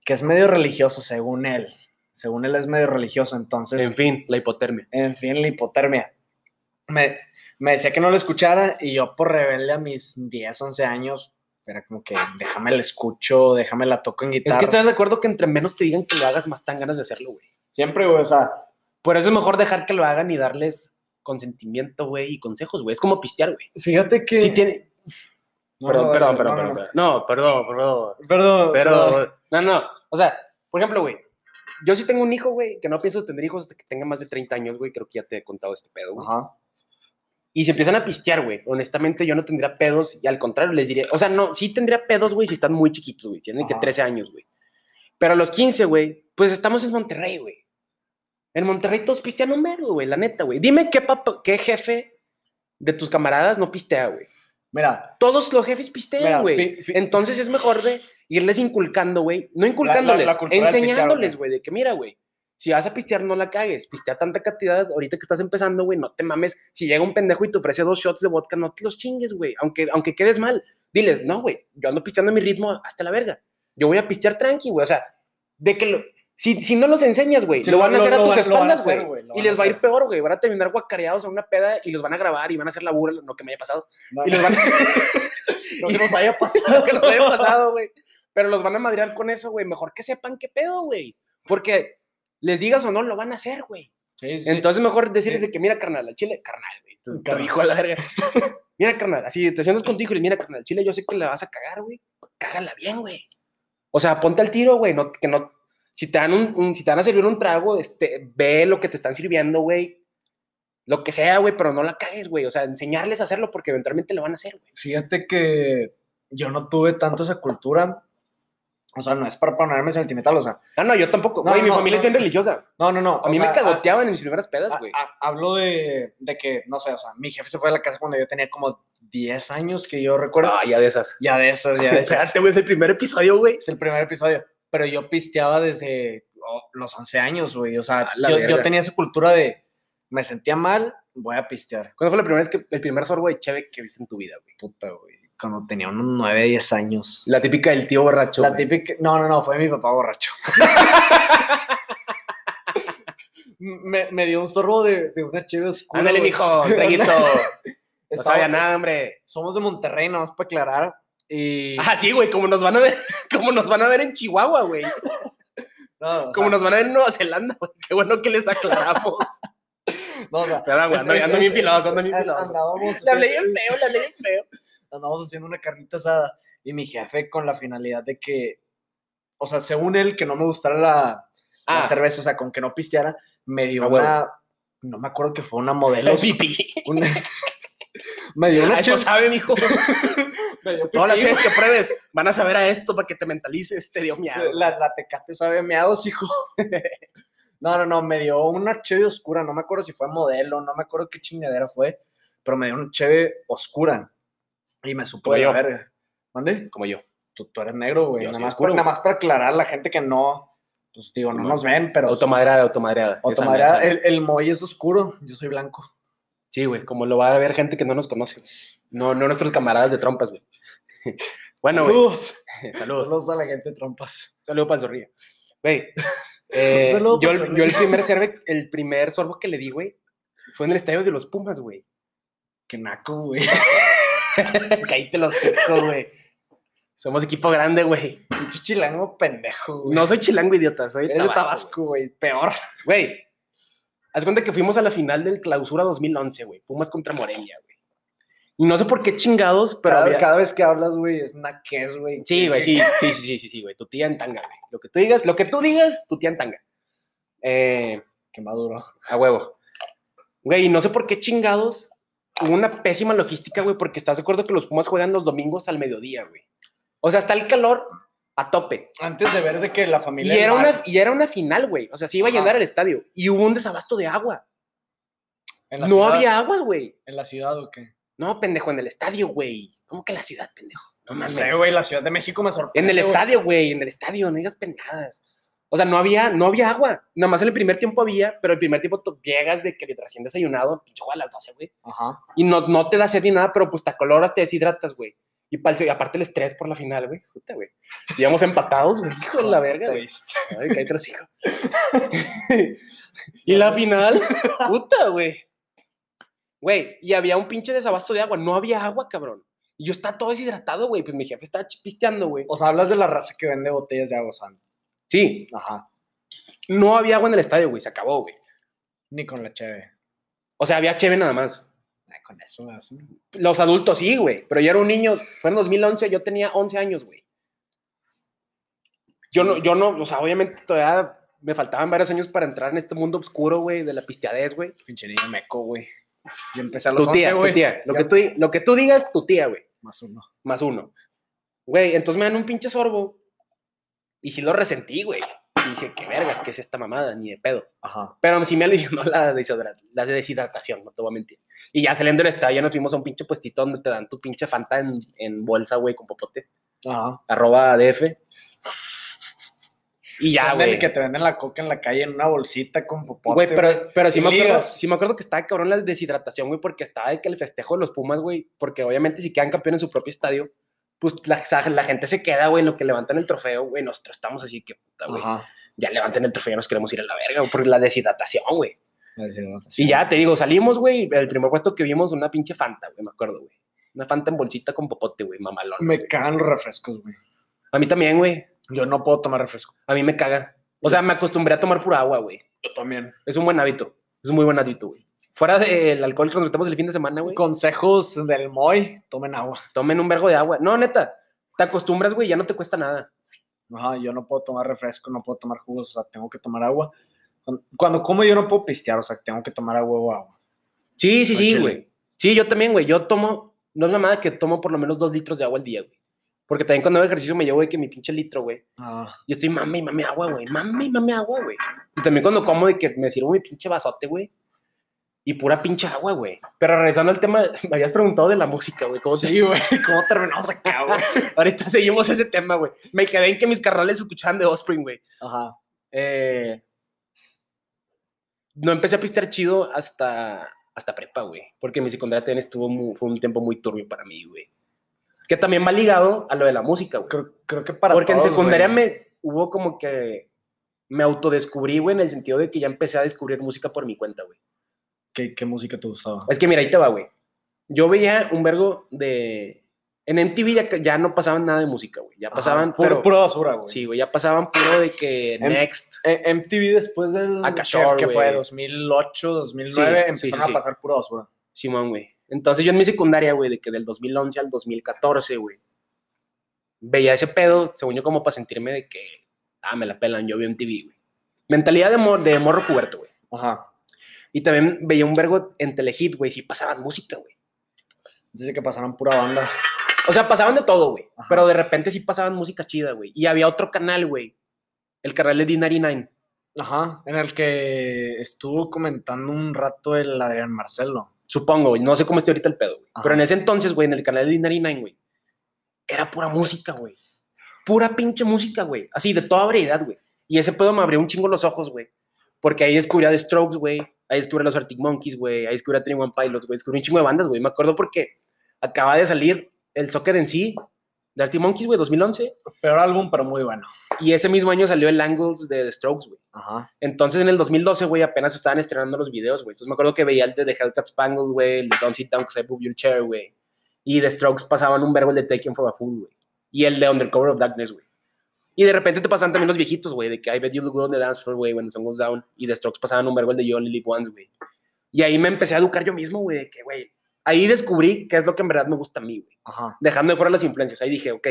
[SPEAKER 2] que es medio religioso, según él. Según él es medio religioso, entonces...
[SPEAKER 1] En fin, la hipotermia.
[SPEAKER 2] En fin, la hipotermia. Me, me decía que no lo escuchara y yo por rebelde a mis 10, 11 años, era como que déjame la escucho, déjame la toco en
[SPEAKER 1] Es
[SPEAKER 2] guitarra.
[SPEAKER 1] que estás de acuerdo que entre menos te digan que lo hagas, más tan ganas de hacerlo, güey.
[SPEAKER 2] Siempre, güey, o sea,
[SPEAKER 1] Por eso es mejor dejar que lo hagan y darles consentimiento, güey, y consejos, güey. Es como pistear, güey.
[SPEAKER 2] fíjate que...
[SPEAKER 1] Sí tiene,
[SPEAKER 2] No,
[SPEAKER 1] Perdón,
[SPEAKER 2] no,
[SPEAKER 1] perdón,
[SPEAKER 2] no,
[SPEAKER 1] perdón,
[SPEAKER 2] no,
[SPEAKER 1] perdón, perdón. No,
[SPEAKER 2] no.
[SPEAKER 1] perdón, perdón.
[SPEAKER 2] Perdón, perdón.
[SPEAKER 1] Pero, no, no. O sea, por ejemplo, güey, yo sí tengo un hijo, güey, que no pienso tener hijos hasta que tenga más de 30 años, güey. Creo que ya te he contado este pedo, güey.
[SPEAKER 2] Ajá.
[SPEAKER 1] Y se empiezan a pistear, güey. Honestamente, yo no tendría pedos y al contrario les diría, o sea, no, sí tendría pedos, güey, si están muy chiquitos, güey. Tienen que
[SPEAKER 2] Ajá.
[SPEAKER 1] 13 años, güey. Pero a los 15, güey, pues estamos en Monterrey, güey. En Monterrey todos pistean un vergo, güey, la neta, güey. Dime qué, papa- qué jefe de tus camaradas no pistea, güey.
[SPEAKER 2] Mira,
[SPEAKER 1] Todos los jefes
[SPEAKER 2] Mira,
[SPEAKER 1] pistean, güey.
[SPEAKER 2] fi- fi-
[SPEAKER 1] Entonces es mejor de irles inculcando, güey. No inculcándoles,
[SPEAKER 2] la cultura del pistear,
[SPEAKER 1] enseñándoles,
[SPEAKER 2] ok.
[SPEAKER 1] güey, de que mira, güey. Si vas a pistear, no la cagues. Pistea tanta cantidad ahorita que estás empezando, güey. No te mames. Si llega un pendejo y te ofrece dos shots de vodka, no te los chingues, güey. Aunque, aunque quedes mal. Diles, no, güey. Yo ando pisteando a mi ritmo hasta la verga. Yo voy a pistear tranqui, güey. O sea, de que lo- si, si no los enseñas, güey,
[SPEAKER 2] Sí,
[SPEAKER 1] lo
[SPEAKER 2] lo-
[SPEAKER 1] van a
[SPEAKER 2] lo-
[SPEAKER 1] hacer a
[SPEAKER 2] lo
[SPEAKER 1] tus
[SPEAKER 2] van- lo van a
[SPEAKER 1] espaldas,
[SPEAKER 2] hacer,
[SPEAKER 1] güey.
[SPEAKER 2] güey, lo
[SPEAKER 1] Y
[SPEAKER 2] van
[SPEAKER 1] les
[SPEAKER 2] a
[SPEAKER 1] va a ir
[SPEAKER 2] hacer.
[SPEAKER 1] peor, güey. Van a terminar guacareados a una peda y los van a grabar y van a hacer la burla, lo que me haya pasado.
[SPEAKER 2] no,
[SPEAKER 1] Y los van a...
[SPEAKER 2] no que nos haya
[SPEAKER 1] lo
[SPEAKER 2] pasado.
[SPEAKER 1] que nos haya pasado, güey. Pero los van a madrear con eso, güey. Mejor que sepan qué pedo, güey. Porque les digas o no, lo van a hacer, güey.
[SPEAKER 2] Sí, sí.
[SPEAKER 1] Entonces, mejor decirles de que, mira, carnal, al chile, carnal, güey. Tu- Tu
[SPEAKER 2] Carnal.
[SPEAKER 1] hijo a la verga. Mira, carnal, así te sientas contigo y le, mira, carnal, al chile, yo sé que la vas a cagar, güey. Cágala bien, güey. O sea, ponte al tiro, güey. No, que no. Si te, dan un, un- si te van a servir un trago, este, ve lo que te están sirviendo, güey. Lo que sea, güey, pero no la cagues, güey. O sea, enseñarles a hacerlo porque eventualmente lo van a hacer, güey.
[SPEAKER 2] Fíjate que yo no tuve tanto esa cultura. O sea, no es para ponerme sentimental, o sea.
[SPEAKER 1] No, no, yo tampoco.
[SPEAKER 2] No,
[SPEAKER 1] Güey, mi
[SPEAKER 2] no,
[SPEAKER 1] familia es
[SPEAKER 2] no.
[SPEAKER 1] bien religiosa.
[SPEAKER 2] No, no, no.
[SPEAKER 1] A
[SPEAKER 2] o
[SPEAKER 1] mí
[SPEAKER 2] sea,
[SPEAKER 1] me cagoteaban en mis primeras pedas,
[SPEAKER 2] a-
[SPEAKER 1] güey.
[SPEAKER 2] a- Hablo Ah, de, de que, no sé, o sea, mi jefe se fue de la casa cuando yo tenía como 10 años, que yo recuerdo.
[SPEAKER 1] Ah, ya de esas.
[SPEAKER 2] Ya de esas, ya de esas.
[SPEAKER 1] Espérate, güey, es el primer episodio, güey.
[SPEAKER 2] es el primer episodio. Pero yo pisteaba desde oh, los 11 años, güey. O sea,
[SPEAKER 1] A la
[SPEAKER 2] yo, yo
[SPEAKER 1] verga.
[SPEAKER 2] tenía esa cultura de me sentía mal, voy a pistear.
[SPEAKER 1] ¿Cuándo fue la primera vez que el primer sorbo de cheve que viste en tu vida, güey?
[SPEAKER 2] Puta, güey. Cuando tenía unos 9, 10 años.
[SPEAKER 1] La típica del tío borracho.
[SPEAKER 2] La
[SPEAKER 1] güey.
[SPEAKER 2] típica. No, no, no, fue mi papá borracho. me, me dio un sorbo de, de una chévere oscura.
[SPEAKER 1] Ándale,
[SPEAKER 2] güey.
[SPEAKER 1] mijo, un traguito. no
[SPEAKER 2] Estaba-
[SPEAKER 1] sabía nada, hombre.
[SPEAKER 2] Somos de Monterrey, nada más para aclarar. Y.
[SPEAKER 1] Ah, sí, güey, como nos van a ver, como nos van a ver en Chihuahua, güey.
[SPEAKER 2] no, o
[SPEAKER 1] Como
[SPEAKER 2] sea,
[SPEAKER 1] nos van a ver en Nueva Zelanda, güey. Qué bueno que les aclaramos.
[SPEAKER 2] no, o sea,
[SPEAKER 1] Perdón, güey, ando,
[SPEAKER 2] es-
[SPEAKER 1] ando
[SPEAKER 2] es-
[SPEAKER 1] bien filoso, ando bien
[SPEAKER 2] an-
[SPEAKER 1] filoso.
[SPEAKER 2] andábamos
[SPEAKER 1] Le hablé
[SPEAKER 2] así-
[SPEAKER 1] bien feo, le hablé bien feo.
[SPEAKER 2] andábamos haciendo una carnita asada y mi jefe con la finalidad de que, o sea, según él, que no me gustara la, la
[SPEAKER 1] Ah,
[SPEAKER 2] cerveza, o sea, con que no pisteara, me dio
[SPEAKER 1] Ah, bueno.
[SPEAKER 2] una, no me acuerdo que fue una modelo,
[SPEAKER 1] el pipí.
[SPEAKER 2] una- me dio
[SPEAKER 1] Ah,
[SPEAKER 2] una
[SPEAKER 1] Eso
[SPEAKER 2] chela,
[SPEAKER 1] sabe, mijo.
[SPEAKER 2] me dio
[SPEAKER 1] Todas las
[SPEAKER 2] pipí,
[SPEAKER 1] veces que pruebes van a saber a esto para que te mentalices, te dio
[SPEAKER 2] güey.
[SPEAKER 1] miedo.
[SPEAKER 2] la, la tecate sabe a meados, hijo. No, no, no, me dio una cheve oscura, no me acuerdo si fue modelo, no me acuerdo qué chingadera fue, pero me dio una cheve oscura y me supo de la
[SPEAKER 1] Como yo.
[SPEAKER 2] verga. ¿Mande?
[SPEAKER 1] Como yo.
[SPEAKER 2] tú, tú eres negro, güey.
[SPEAKER 1] Yo
[SPEAKER 2] Nada,
[SPEAKER 1] soy
[SPEAKER 2] más
[SPEAKER 1] oscuro,
[SPEAKER 2] para- nada
[SPEAKER 1] güey.
[SPEAKER 2] más para aclarar a la gente que no, pues digo, no
[SPEAKER 1] Simón.
[SPEAKER 2] nos ven, pero.
[SPEAKER 1] Automadreada, automadreada.
[SPEAKER 2] o
[SPEAKER 1] Esa,
[SPEAKER 2] tomará-
[SPEAKER 1] esa.
[SPEAKER 2] el, el Moy es oscuro, yo soy blanco.
[SPEAKER 1] Sí, güey, como lo va a ver gente que no nos conoce. No, no nuestros camaradas de trompas, güey. bueno, güey,
[SPEAKER 2] Saludos.
[SPEAKER 1] saludos.
[SPEAKER 2] Saludos a la gente de trompas.
[SPEAKER 1] Saludo para el zorrillo. Güey, eh,
[SPEAKER 2] Un saludo
[SPEAKER 1] yo,
[SPEAKER 2] pa'l
[SPEAKER 1] yo el, primer cerve- el primer sorbo que le di, güey, fue en el estadio de los Pumas, güey.
[SPEAKER 2] Qué naco, güey.
[SPEAKER 1] Caíte los secos, güey. Somos equipo grande, güey.
[SPEAKER 2] Pinche chilango pendejo, güey.
[SPEAKER 1] No soy chilango idiota, soy de
[SPEAKER 2] Eres de
[SPEAKER 1] Tabasco.
[SPEAKER 2] Tabasco, güey. Peor.
[SPEAKER 1] Güey, Güey, haz cuenta que fuimos a la final del clausura 2011, güey. Pumas contra Morelia, güey. Y no sé por qué chingados, pero
[SPEAKER 2] Pero
[SPEAKER 1] había-
[SPEAKER 2] cada, cada vez que hablas, güey, es naqués, güey.
[SPEAKER 1] Sí, güey,
[SPEAKER 2] eh.
[SPEAKER 1] sí, sí, sí, sí, sí, sí, güey. Tu tía en tanga, güey. Lo que tú digas, lo que tú digas, tu tía en tanga. Eh,
[SPEAKER 2] Qué maduro.
[SPEAKER 1] a huevo. Güey, y no sé por qué chingados. Hubo una pésima logística, güey, porque estás de acuerdo que los Pumas juegan los domingos al mediodía, güey. O sea, está el calor a tope.
[SPEAKER 2] Antes de ver de que la
[SPEAKER 1] Y
[SPEAKER 2] familia. del
[SPEAKER 1] era,
[SPEAKER 2] mar-
[SPEAKER 1] una, y era una final, güey. O sea, se iba a
[SPEAKER 2] Ajá.
[SPEAKER 1] llenar el estadio. Y hubo un desabasto de agua.
[SPEAKER 2] en la
[SPEAKER 1] No
[SPEAKER 2] ciudad-
[SPEAKER 1] había aguas, güey.
[SPEAKER 2] ¿En la ciudad o qué?
[SPEAKER 1] No, pendejo, en el estadio, güey. ¿Cómo que en la ciudad, pendejo? No
[SPEAKER 2] No
[SPEAKER 1] mames.
[SPEAKER 2] sé, güey. La Ciudad de México me
[SPEAKER 1] En
[SPEAKER 2] sorprende.
[SPEAKER 1] el
[SPEAKER 2] güey.
[SPEAKER 1] estadio, güey, en el estadio, no digas pendejadas. O sea, no había, no había agua. Nada más en el primer tiempo había, pero el primer tiempo tú llegas de que recién desayunado, pinche juego a las 12, güey.
[SPEAKER 2] Ajá.
[SPEAKER 1] Y no, no te da sed ni nada, pero pues te acoloras, te deshidratas, güey. Y, pa'l- y aparte el estrés por la final, güey. Puta, güey. Íbamos empatados, güey. Hijo de la verga, güey.
[SPEAKER 2] Triste.
[SPEAKER 1] Ay, caí tras hijo. y la final, puta, güey. Güey, y había un pinche desabasto de agua. No había agua, cabrón. Y yo estaba todo deshidratado, güey. Pues mi jefe estaba ch- pisteando, güey.
[SPEAKER 2] O sea, hablas de la raza que vende botellas de agua, o sea,
[SPEAKER 1] Sí,
[SPEAKER 2] Ajá.
[SPEAKER 1] No había agua en el estadio, güey. Se acabó, güey.
[SPEAKER 2] Ni con la cheve.
[SPEAKER 1] O sea, había cheve nada más.
[SPEAKER 2] con eso. así.
[SPEAKER 1] Los adultos sí, güey. Pero yo era un niño, fue en 2011, yo tenía 11 años, güey. Yo no, yo no, o sea, obviamente todavía me faltaban varios años para entrar en este mundo oscuro, güey, de la pisteadez, güey.
[SPEAKER 2] Pinche niño meco, güey. Yo empecé Pues a los
[SPEAKER 1] Tu tía,
[SPEAKER 2] 11,
[SPEAKER 1] tu
[SPEAKER 2] güey.
[SPEAKER 1] tía. Lo
[SPEAKER 2] Ya.
[SPEAKER 1] que tú, di- lo que tú digas, tu tía, güey.
[SPEAKER 2] Más uno.
[SPEAKER 1] Más uno. Güey, entonces me dan un pinche sorbo. Y sí lo resentí, güey. Y dije, qué verga, ¿qué es esta mamada? Ni de pedo.
[SPEAKER 2] Ajá.
[SPEAKER 1] Pero sí me alivianó la, deshidra- la deshidratación, no te voy a mentir. Y ya saliendo del estadio, ya nos fuimos a un pinche puestito donde te dan tu pinche Fanta en, en bolsa, güey, con popote.
[SPEAKER 2] Ajá.
[SPEAKER 1] Arroba DF. Y ya,
[SPEAKER 2] Venden
[SPEAKER 1] güey.
[SPEAKER 2] Que te venden la coca en la calle en una bolsita con popote.
[SPEAKER 1] Güey, pero, pero sí,
[SPEAKER 2] Y
[SPEAKER 1] me acuerdo,
[SPEAKER 2] ligas.
[SPEAKER 1] sí me acuerdo que estaba cabrón la deshidratación, güey, porque estaba de que el festejo de los Pumas, güey, porque obviamente si quedan campeones en su propio estadio, pues la, la gente se queda, güey, en lo que levantan el trofeo, güey, nosotros estamos así, que puta, güey,
[SPEAKER 2] Ajá.
[SPEAKER 1] ya levanten el trofeo, ya nos queremos ir a la verga, güey, por la deshidratación, güey.
[SPEAKER 2] Y
[SPEAKER 1] Y ya, te digo, salimos, güey, el primer puesto que vimos, una pinche Fanta, güey, me acuerdo, güey. Una Fanta en bolsita con popote, güey, mamalón.
[SPEAKER 2] Me cagan los refrescos, güey.
[SPEAKER 1] A mí también, güey.
[SPEAKER 2] Yo no puedo tomar refresco.
[SPEAKER 1] A mí me caga. O sea, me acostumbré a tomar pura agua, güey.
[SPEAKER 2] Yo también.
[SPEAKER 1] Es un buen hábito. Es un muy buen hábito, güey. Fuera del alcohol que nos metemos el fin de semana, güey.
[SPEAKER 2] Consejos del Moy, tomen agua.
[SPEAKER 1] Tomen un vergo de agua. No, neta. Te acostumbras, güey, ya no te cuesta nada.
[SPEAKER 2] Ajá, yo no puedo tomar refresco, no puedo tomar jugos, o sea, tengo que tomar agua. Cuando como yo no puedo pistear, o sea, tengo que tomar agua o agua.
[SPEAKER 1] Sí, sí,
[SPEAKER 2] Al
[SPEAKER 1] sí,
[SPEAKER 2] chile.
[SPEAKER 1] güey. Sí, yo también, güey. Yo tomo, no es mamada que tomo por lo menos dos litros de agua al día, güey. Porque también cuando hago ejercicio me llevo de que mi pinche litro, güey.
[SPEAKER 2] Ah,
[SPEAKER 1] Yo estoy mame y mame agua, güey. Mame y mame agua, güey. Y también cuando como de que me sirvo mi pinche vasote, güey. Y pura pinche agua, güey. Pero regresando al tema, me habías preguntado de la música, güey. ¿cómo te-
[SPEAKER 2] sí, güey, ¿cómo terminamos acá, güey?
[SPEAKER 1] Ahorita seguimos ese tema, güey. Me quedé en que mis carnales escuchaban de Offspring, güey.
[SPEAKER 2] Ajá.
[SPEAKER 1] Eh, no empecé a pistear chido hasta, hasta prepa, güey. Porque mi secundaria también estuvo mu- fue un tiempo muy turbio para mí, güey. Que también va ligado a lo de la música, güey.
[SPEAKER 2] Creo, creo que para
[SPEAKER 1] Porque en
[SPEAKER 2] todos,
[SPEAKER 1] secundaria
[SPEAKER 2] güey.
[SPEAKER 1] me hubo como que me autodescubrí, güey, en el sentido de que ya empecé a descubrir música por mi cuenta, güey.
[SPEAKER 2] ¿Qué, qué música te gustaba?
[SPEAKER 1] Es que mira, ahí te va, güey. Yo veía un vergo de. En MTV ya, ca- ya no pasaban nada de música, güey. Ya pasaban
[SPEAKER 2] Ajá, puro-
[SPEAKER 1] puro.
[SPEAKER 2] pura basura, güey.
[SPEAKER 1] sí, güey, ya pasaban puro de que
[SPEAKER 2] Em-
[SPEAKER 1] Next.
[SPEAKER 2] Eh, MTV después del
[SPEAKER 1] Acá Shore,
[SPEAKER 2] que, que fue
[SPEAKER 1] Ah, güey.
[SPEAKER 2] 2008, 2009,
[SPEAKER 1] Sí,
[SPEAKER 2] empezaron
[SPEAKER 1] sí, sí, sí.
[SPEAKER 2] a pasar pura basura.
[SPEAKER 1] Simón, güey. Entonces yo en mi secundaria, güey, de que del 2011 al 2014, güey, veía ese pedo, según yo, como para sentirme de que, ah, me la pelan, yo veo en TV, güey. Mentalidad de, mor- de morro cubierto, güey.
[SPEAKER 2] Ajá.
[SPEAKER 1] Y también veía un vergo en Telehit, güey, si pasaban música, güey.
[SPEAKER 2] Dice que pasaron pura banda.
[SPEAKER 1] O sea, pasaban de todo, güey.
[SPEAKER 2] Ajá.
[SPEAKER 1] Pero de repente sí pasaban música chida, güey. Y había otro canal, güey. El canal de D99.
[SPEAKER 2] Ajá, en el que estuvo comentando un rato el Adrián Marcelo.
[SPEAKER 1] Supongo, güey. No sé cómo esté ahorita el pedo, güey.
[SPEAKER 2] Ajá.
[SPEAKER 1] Pero en ese entonces, güey, en el canal de D99, güey. Era pura música, güey. Pura pinche música, güey. Así, de toda variedad, güey. Y ese pedo me abrió un chingo los ojos, güey. Porque ahí descubrí a The Strokes, güey. Ahí descubrí a los Arctic Monkeys, güey. Ahí descubrí a Twenty One Pilots, güey. Descubrí un chingo de bandas, güey. Me acuerdo porque acaba de salir el Socket en sí de Arctic Monkeys, güey, 2011.
[SPEAKER 2] Peor álbum, pero muy bueno.
[SPEAKER 1] Y ese mismo año salió el Angles de The Strokes, güey.
[SPEAKER 2] Ajá.
[SPEAKER 1] Entonces en el 2012, güey, apenas estaban estrenando los videos, güey. Entonces me acuerdo que veía el de The Hellcat Spangled, güey, el de Don't Sit Down Cause I Move Your Chair, güey. Y The Strokes pasaban un verbo el de Taken for a Fool, güey. Y el de Undercover of Darkness, güey. Y de repente te pasan también los viejitos, güey, de que I bet you look good on the dance floor, güey, when the sun goes down. Y The Strokes pasaban un verbo el de You Only Live Once, güey. Y ahí me empecé a educar yo mismo, güey, de que, güey, ahí descubrí qué es lo que en verdad me gusta a mí, güey
[SPEAKER 2] Ajá.
[SPEAKER 1] dejando de fuera las influencias. Ahí dije, ok,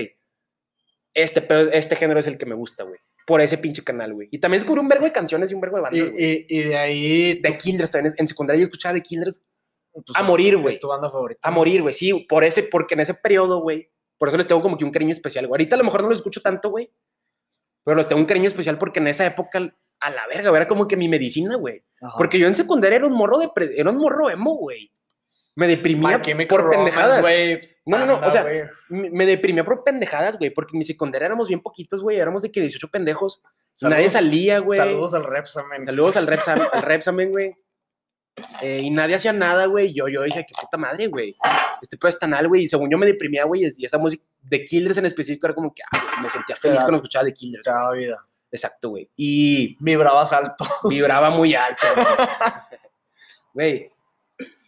[SPEAKER 1] este, pedo- este género es el que me gusta, güey. Por ese pinche canal, güey. Y también descubrí un vergo de canciones y un vergo de
[SPEAKER 2] Y,
[SPEAKER 1] bandas, güey.
[SPEAKER 2] y, y de ahí.
[SPEAKER 1] De Kindreds también. En secundaria yo escuchaba de Kindreds
[SPEAKER 2] pues,
[SPEAKER 1] a
[SPEAKER 2] es-
[SPEAKER 1] morir, güey.
[SPEAKER 2] Es tu banda favorita.
[SPEAKER 1] a morir, güey. Sí, por ese, porque en ese periodo, güey. Por eso les tengo como que un cariño especial, güey. Ahorita a lo mejor no los escucho tanto, güey. Pero les tengo un cariño especial porque en esa época, a la verga, güey, era como que mi medicina, güey.
[SPEAKER 2] Ajá.
[SPEAKER 1] Porque yo en secundaria era un morro de pre- era un morro emo, güey. Me
[SPEAKER 2] My
[SPEAKER 1] deprimía
[SPEAKER 2] Chemical
[SPEAKER 1] por
[SPEAKER 2] Romance,
[SPEAKER 1] pendejadas.
[SPEAKER 2] güey,
[SPEAKER 1] No, no, no,
[SPEAKER 2] Panda,
[SPEAKER 1] o sea,
[SPEAKER 2] güey.
[SPEAKER 1] me me deprimía por pendejadas, güey, porque en mi secundaria éramos bien poquitos, güey, éramos de que 18 pendejos. nadie
[SPEAKER 2] Saludos-
[SPEAKER 1] salía, güey.
[SPEAKER 2] Saludos al Repsamen.
[SPEAKER 1] Saludos al Repsam, al Repsamen, güey. Eh, y nadie hacía nada, güey. Yo, yo dije, qué puta madre, güey. Este pedo es tan al, güey. Y según yo me deprimía, güey, y esa música de Killers en específico era como que, ah, güey, me sentía feliz
[SPEAKER 2] da-
[SPEAKER 1] cuando escuchaba de Killers.
[SPEAKER 2] Te daba vida.
[SPEAKER 1] Exacto, güey. Y
[SPEAKER 2] Vibrabas alto.
[SPEAKER 1] vibraba muy alto, güey. güey.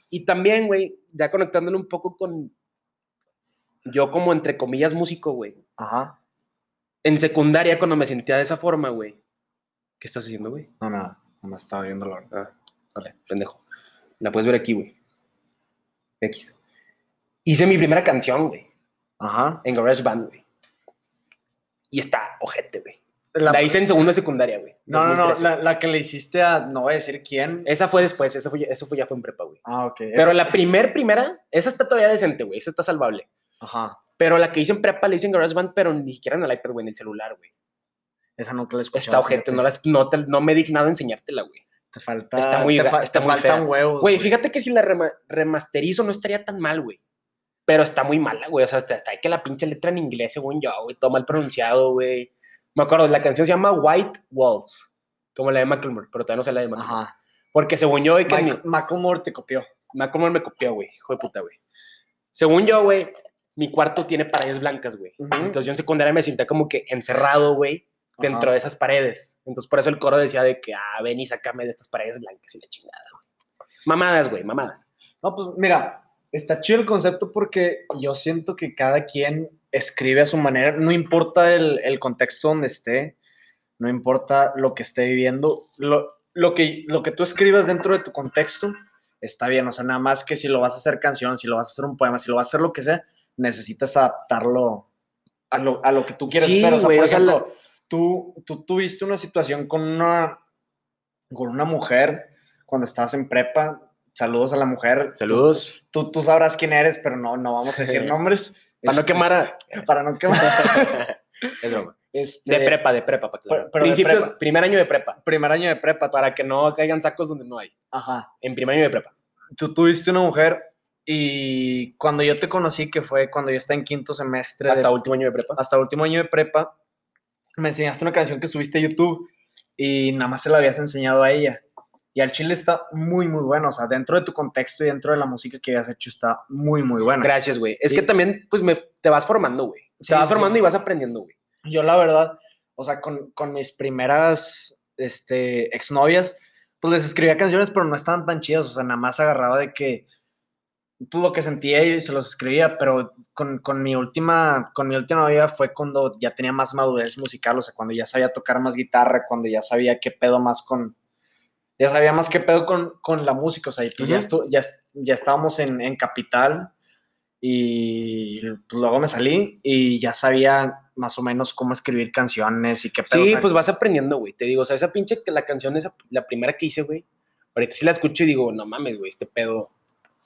[SPEAKER 1] Y también, güey, ya conectándolo un poco con yo como entre comillas músico, güey
[SPEAKER 2] Ajá.
[SPEAKER 1] en secundaria, cuando me sentía de esa forma, güey. ¿Qué estás haciendo, güey? Ah,
[SPEAKER 2] No, nada. No me estaba viendo la verdad.
[SPEAKER 1] Dale, pendejo. La puedes ver aquí, güey. X. Hice mi primera canción, güey,
[SPEAKER 2] Ajá.
[SPEAKER 1] en GarageBand, güey. Y está ojete, güey.
[SPEAKER 2] La,
[SPEAKER 1] La, hice en segunda de secundaria, güey.
[SPEAKER 2] no, no, no,
[SPEAKER 1] 2013.
[SPEAKER 2] la, la que le hiciste a, no voy a decir quién.
[SPEAKER 1] Esa fue después, eso fue, eso fue ya fue en prepa, güey.
[SPEAKER 2] ah, ok. esa-
[SPEAKER 1] Eh, Pero la primer, primera, esa está todavía decente, güey. Esa está salvable.
[SPEAKER 2] Ajá.
[SPEAKER 1] Pero la que hice en prepa la hice en GarageBand, pero ni siquiera en el iPad, güey, en el celular, güey.
[SPEAKER 2] Esa nunca la escuché.
[SPEAKER 1] Está ojete, no, las- no, te- no me he dignado enseñártela, güey.
[SPEAKER 2] Te falta.
[SPEAKER 1] Está muy
[SPEAKER 2] te
[SPEAKER 1] ga- está
[SPEAKER 2] te
[SPEAKER 1] muy
[SPEAKER 2] faltan
[SPEAKER 1] fea.
[SPEAKER 2] huevos.
[SPEAKER 1] Güey, fíjate que si la rema- remasterizo no estaría tan mal, güey. Pero está muy mala, güey. O sea, hasta, hasta hay que la pinche letra en inglés, según yo, güey. Todo mal pronunciado, güey. Me acuerdo, la canción se llama White Walls. Como la de McLemore, pero todavía no sé la de McLemore.
[SPEAKER 2] Ajá.
[SPEAKER 1] Porque según yo, hay que mi-
[SPEAKER 2] Mike- Macklemore te copió.
[SPEAKER 1] McLemore me copió, güey. Hijo de puta, güey. Según yo, güey, mi cuarto tiene paredes blancas, güey.
[SPEAKER 2] Ujú.
[SPEAKER 1] Entonces yo en secundaria me sentía como que encerrado, güey, dentro
[SPEAKER 2] Ajá.
[SPEAKER 1] de esas paredes. Entonces por eso el coro decía de que, ah, ven y sácame de estas paredes blancas y la chingada, güey. Mamadas, güey, mamadas.
[SPEAKER 2] No, pues mira, está chido el concepto porque yo siento que cada quien escribe a su manera, no importa el, el contexto donde esté, no importa lo que esté viviendo, lo, lo, que, lo que tú escribas dentro de tu contexto está bien, o sea, nada más que si lo vas a hacer canción, si lo vas a hacer un poema, si lo vas a hacer lo que sea, necesitas adaptarlo a lo, a lo que tú quieres
[SPEAKER 1] Sí,
[SPEAKER 2] hacer. O sea,
[SPEAKER 1] güey,
[SPEAKER 2] por
[SPEAKER 1] o sea, la-
[SPEAKER 2] ejemplo, tú, tú tuviste una situación con una, con una mujer cuando estabas en prepa. Saludos a la mujer. Tú-
[SPEAKER 1] Saludos.
[SPEAKER 2] tú, tú sabrás quién eres, pero no, no vamos a decir nombres.
[SPEAKER 1] Para no
[SPEAKER 2] Este,
[SPEAKER 1] quemar a...
[SPEAKER 2] Para no quemar.
[SPEAKER 1] Es broma.
[SPEAKER 2] Este,
[SPEAKER 1] Este, De prepa, de prepa, para
[SPEAKER 2] Pero- pero de
[SPEAKER 1] Principios,
[SPEAKER 2] prepa.
[SPEAKER 1] primer año de prepa.
[SPEAKER 2] Primer año de prepa.
[SPEAKER 1] Para que no caigan sacos donde no hay.
[SPEAKER 2] Ajá.
[SPEAKER 1] En primer año de prepa.
[SPEAKER 2] Tú tuviste una mujer y cuando yo te conocí, que fue cuando yo estaba en quinto semestre, de-
[SPEAKER 1] Hasta último año de prepa.
[SPEAKER 2] hasta último año de prepa, me enseñaste una canción que subiste a YouTube y nada más se la habías enseñado a ella. Y al chile está muy, muy bueno. O sea, dentro de tu contexto y dentro de la música que habías hecho está muy, muy buena.
[SPEAKER 1] Gracias, güey. Es
[SPEAKER 2] Sí.
[SPEAKER 1] que también, pues, me, te vas formando, güey.
[SPEAKER 2] Sí,
[SPEAKER 1] te vas
[SPEAKER 2] sí,
[SPEAKER 1] formando
[SPEAKER 2] sí.
[SPEAKER 1] y vas aprendiendo, güey.
[SPEAKER 2] Yo la verdad, o sea, con, con mis primeras este, exnovias, pues les escribía canciones, pero no estaban tan chidas, o sea, nada más agarraba de que pues, lo que sentía y se los escribía, pero con, con mi última, con mi última novia fue cuando ya tenía más madurez musical, o sea, cuando ya sabía tocar más guitarra, cuando ya sabía qué pedo más con, ya sabía más qué pedo con, con la música, o sea, y pues ya,
[SPEAKER 1] Ujú.
[SPEAKER 2] estu- ya, ya estábamos en, en Capital, y pues, luego me salí y ya sabía más o menos cómo escribir canciones y qué pedo. o
[SPEAKER 1] Sí,
[SPEAKER 2] sea,
[SPEAKER 1] pues vas aprendiendo, güey. Te digo, o sea, esa pinche que la canción, esa, la primera que hice, güey. Ahorita sí la escucho y digo, no mames, güey, este pedo.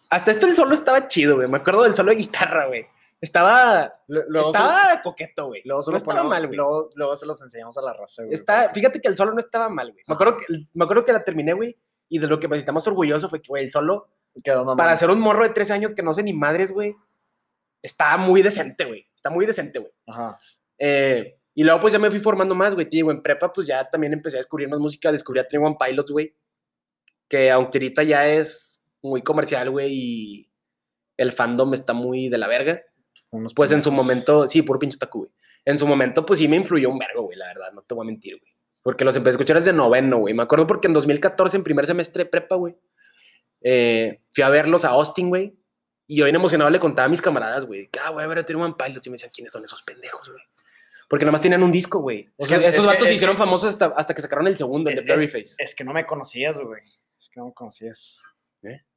[SPEAKER 1] Hasta esto el solo estaba chido, güey. Me acuerdo del solo de guitarra, güey. Estaba.
[SPEAKER 2] lo- luego se-
[SPEAKER 1] estaba coqueto, güey.
[SPEAKER 2] luego se
[SPEAKER 1] no
[SPEAKER 2] los
[SPEAKER 1] estaba
[SPEAKER 2] ponemos-
[SPEAKER 1] mal, güey.
[SPEAKER 2] Luego, luego se los enseñamos a la raza, güey.
[SPEAKER 1] Está, fíjate que el solo no estaba mal, güey. Me acuerdo que, me acuerdo que la terminé, güey. Y de lo que me sentía más orgulloso fue que, güey, el solo,
[SPEAKER 2] Quedó mamón.
[SPEAKER 1] para ser un morro de 13 años que no sé ni madres, güey, está muy decente, güey. Está muy decente, güey.
[SPEAKER 2] Ajá.
[SPEAKER 1] Eh, y luego, pues ya me fui formando más, güey. Te digo, en prepa, pues ya también empecé a descubrir más música. Descubrí a Twenty One Pilots, güey. Que aunque ahorita ya es muy comercial, güey, y el fandom está muy de la verga.
[SPEAKER 2] Unos
[SPEAKER 1] Pues en su
[SPEAKER 2] pendejos.
[SPEAKER 1] momento, sí, puro pinche otaku, güey. En su momento, pues sí me influyó un vergo, güey, la verdad, no te voy a mentir, güey. Porque los empecé a escuchar desde noveno, güey. Me acuerdo porque en 2014, en primer semestre de prepa, güey, eh, fui a verlos a Austin, güey. Y yo bien emocionado le contaba a mis camaradas, güey, que, ah, güey, a ver, tengo One Pilots. Y me decían, ¿quiénes son esos pendejos, güey? Porque nomás tenían un disco, güey. O
[SPEAKER 2] Es
[SPEAKER 1] sea,
[SPEAKER 2] que- es
[SPEAKER 1] esos
[SPEAKER 2] que-
[SPEAKER 1] vatos se
[SPEAKER 2] es
[SPEAKER 1] hicieron
[SPEAKER 2] que-
[SPEAKER 1] famosos hasta, hasta que sacaron el segundo, el de
[SPEAKER 2] Es-
[SPEAKER 1] Blurry Face.
[SPEAKER 2] Es que no me conocías, güey. Es que no me conocías.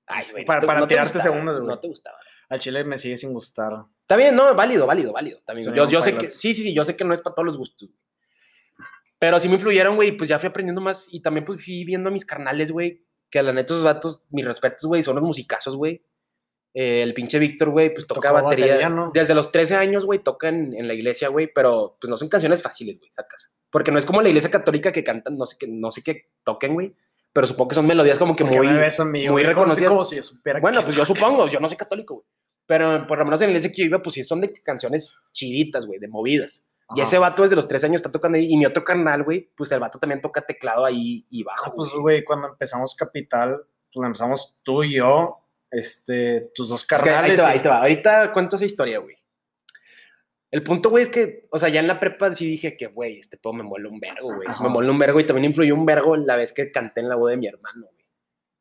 [SPEAKER 1] Ay, güey.
[SPEAKER 2] para-
[SPEAKER 1] te-
[SPEAKER 2] para
[SPEAKER 1] te
[SPEAKER 2] tirarte
[SPEAKER 1] gustaba,
[SPEAKER 2] segundos, güey.
[SPEAKER 1] No te gustaba.
[SPEAKER 2] Al chile me sigue sin gustar.
[SPEAKER 1] Está bien, no, válido, válido, válido. También.
[SPEAKER 2] Son
[SPEAKER 1] Yo, yo sé que,
[SPEAKER 2] compañeros.
[SPEAKER 1] sí, sí, sí, yo sé que no es para todos los gustos. güey. Pero sí me influyeron, güey, y pues ya fui aprendiendo más y también pues fui viendo a mis carnales, güey, que la neta esos datos, mis respetos, güey, son los musicazos, güey. Eh, el pinche Víctor, güey, pues toca
[SPEAKER 2] Tocaba
[SPEAKER 1] batería.
[SPEAKER 2] batería, ¿no?
[SPEAKER 1] Desde los 13 años, güey, toca en, en la iglesia, güey, pero pues no son canciones fáciles, güey, sacas. Porque no es como la iglesia católica que cantan, no sé qué, no sé qué toquen, güey, pero supongo que son melodías como que
[SPEAKER 2] ¿Por qué
[SPEAKER 1] muy...
[SPEAKER 2] me ves a mí,
[SPEAKER 1] muy
[SPEAKER 2] güey? Como si-
[SPEAKER 1] reconocidas.
[SPEAKER 2] Como si yo supiera
[SPEAKER 1] Bueno,
[SPEAKER 2] que-
[SPEAKER 1] pues yo supongo, yo no soy católico, güey. Pero por lo menos en el ese que yo iba, pues sí, son de canciones chiditas, güey, de movidas. Y
[SPEAKER 2] Ajá.
[SPEAKER 1] ese vato desde los tres años está tocando ahí. Y mi otro carnal, güey, pues el vato también toca teclado ahí y
[SPEAKER 2] Ah,
[SPEAKER 1] bajo.
[SPEAKER 2] pues,
[SPEAKER 1] güey.
[SPEAKER 2] güey, cuando empezamos Capital, pues empezamos tú y yo, este, tus dos
[SPEAKER 1] Es que ahí te
[SPEAKER 2] carnales.
[SPEAKER 1] va,
[SPEAKER 2] y-
[SPEAKER 1] ahí te va. Ahorita cuento esa historia, güey. El punto, güey, es que, o sea, ya en la prepa sí dije que, güey, este todo me mola un vergo, güey.
[SPEAKER 2] Ajá.
[SPEAKER 1] Me mola un vergo y también influyó un vergo la vez que canté en la voz de mi hermano, güey.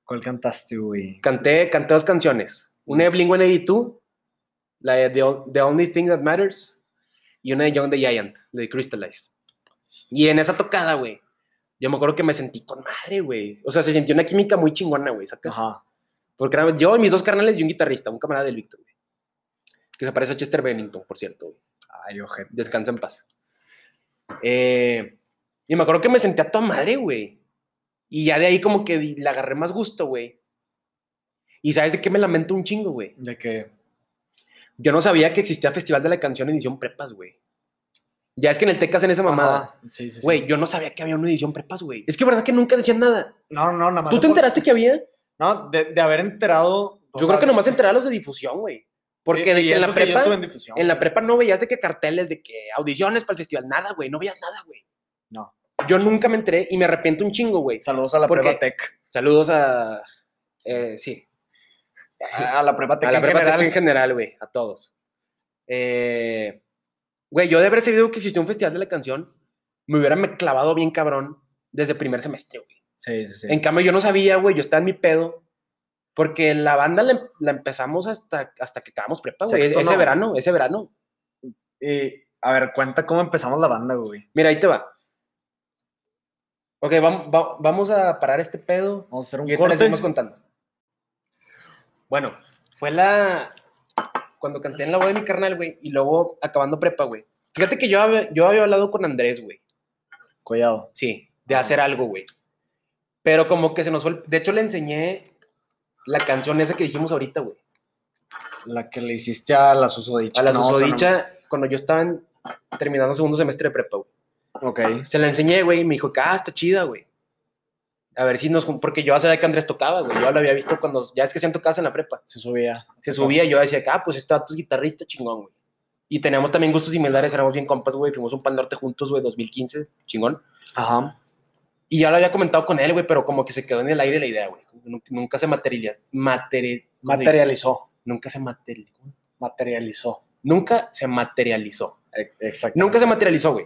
[SPEAKER 2] ¿Cuál cantaste, güey?
[SPEAKER 1] Canté, canté dos canciones. Una de Blink-182, la de The, O- The Only Thing That Matters, y una de Young the Giant, de Crystallize. Y en esa tocada, güey, yo me acuerdo que me sentí con madre, güey. O sea, se sintió una química muy chingona, güey, ¿sacas?
[SPEAKER 2] Ajá.
[SPEAKER 1] Porque era yo y mis dos carnales y un guitarrista, un camarada del Víctor, güey. Que se parece a Chester Bennington, por cierto. güey.
[SPEAKER 2] Ay, ojete.
[SPEAKER 1] Descansa en paz. Eh, y me acuerdo que me senté a toda madre, güey. Y ya de ahí como que di- le agarré más gusto, güey. Y sabes de qué me lamento un chingo, güey.
[SPEAKER 2] De que.
[SPEAKER 1] Yo no sabía que existía Festival de la Canción Edición Prepas, güey. Ya es que en el Tecas en esa mamada.
[SPEAKER 2] Ajá, ah, Sí, sí, sí.
[SPEAKER 1] Güey, yo no sabía que había una edición prepas, güey. Es que verdad que nunca decían nada.
[SPEAKER 2] No, no, nada más.
[SPEAKER 1] ¿Tú te enteraste que había?
[SPEAKER 2] No, de, de haber enterado.
[SPEAKER 1] Yo
[SPEAKER 2] o sea,
[SPEAKER 1] creo que nomás enteraron los de difusión, güey. Porque
[SPEAKER 2] y-
[SPEAKER 1] de
[SPEAKER 2] y
[SPEAKER 1] que en
[SPEAKER 2] eso
[SPEAKER 1] la
[SPEAKER 2] que yo
[SPEAKER 1] prepa,
[SPEAKER 2] estuve en
[SPEAKER 1] en,
[SPEAKER 2] difusión.
[SPEAKER 1] la prepa no veías de que carteles, de que audiciones para el festival, nada, güey, no veías nada, güey.
[SPEAKER 2] No.
[SPEAKER 1] Yo nunca me enteré y me arrepiento un chingo, güey.
[SPEAKER 2] Saludos a la
[SPEAKER 1] ¿Por
[SPEAKER 2] prepa
[SPEAKER 1] qué?
[SPEAKER 2] tech.
[SPEAKER 1] Saludos a, eh, sí,
[SPEAKER 2] A a la prepa tech
[SPEAKER 1] a la
[SPEAKER 2] en
[SPEAKER 1] prepa
[SPEAKER 2] general.
[SPEAKER 1] Tec en general, güey, a todos. Eh, güey, yo de haber sabido que existía un festival de la canción, me hubiera me clavado bien cabrón desde primer semestre, güey.
[SPEAKER 2] Sí, sí, sí.
[SPEAKER 1] En cambio, yo no sabía, güey, yo estaba en mi pedo. Porque la banda la, em-, la empezamos hasta, hasta que acabamos prepa, güey.
[SPEAKER 2] Sexto,
[SPEAKER 1] Ese
[SPEAKER 2] ¿no?
[SPEAKER 1] verano, ese verano.
[SPEAKER 2] Y, a ver, cuenta cómo empezamos la banda, güey.
[SPEAKER 1] Mira, ahí te va. Ok, vamos, va- vamos a parar este pedo.
[SPEAKER 2] Vamos a hacer
[SPEAKER 1] Y
[SPEAKER 2] un
[SPEAKER 1] ahorita les
[SPEAKER 2] corte.
[SPEAKER 1] seguimos contando. Bueno, fue la. Cuando canté en la voz de mi carnal, güey. Y luego acabando prepa, güey. Fíjate que yo, hab- yo había hablado con Andrés, güey.
[SPEAKER 2] Collado.
[SPEAKER 1] Sí, de
[SPEAKER 2] Ah.
[SPEAKER 1] hacer algo, güey. Pero como que se nos fue. el- De hecho, le enseñé la canción esa que dijimos ahorita, güey.
[SPEAKER 2] La que le hiciste a la susodicha.
[SPEAKER 1] A la
[SPEAKER 2] No, o sea,
[SPEAKER 1] susodicha, cuando yo estaba en- terminando segundo semestre de prepa, güey.
[SPEAKER 2] no- Ok.
[SPEAKER 1] Se la enseñé, güey, y me dijo que, ah, está chida, güey. A ver si nos... jun- Porque yo ya sabía que Andrés tocaba, güey. Yo lo había visto cuando... Ya es que se han tocado en la prepa.
[SPEAKER 2] Se subía.
[SPEAKER 1] Se subía y yo decía, que, ah, pues está tu guitarrista chingón, güey. Y teníamos también gustos similares, éramos bien compas, güey. Fuimos a un pandorte juntos, güey, 2015, chingón.
[SPEAKER 2] Ajá.
[SPEAKER 1] Y ya lo había comentado con él, güey, pero como que se quedó en el aire la idea, güey. Nu- Nunca se materializó.
[SPEAKER 2] Materializó.
[SPEAKER 1] Nunca se materializó.
[SPEAKER 2] Materializó.
[SPEAKER 1] Nunca se materializó.
[SPEAKER 2] E- Exacto.
[SPEAKER 1] Nunca se materializó, güey.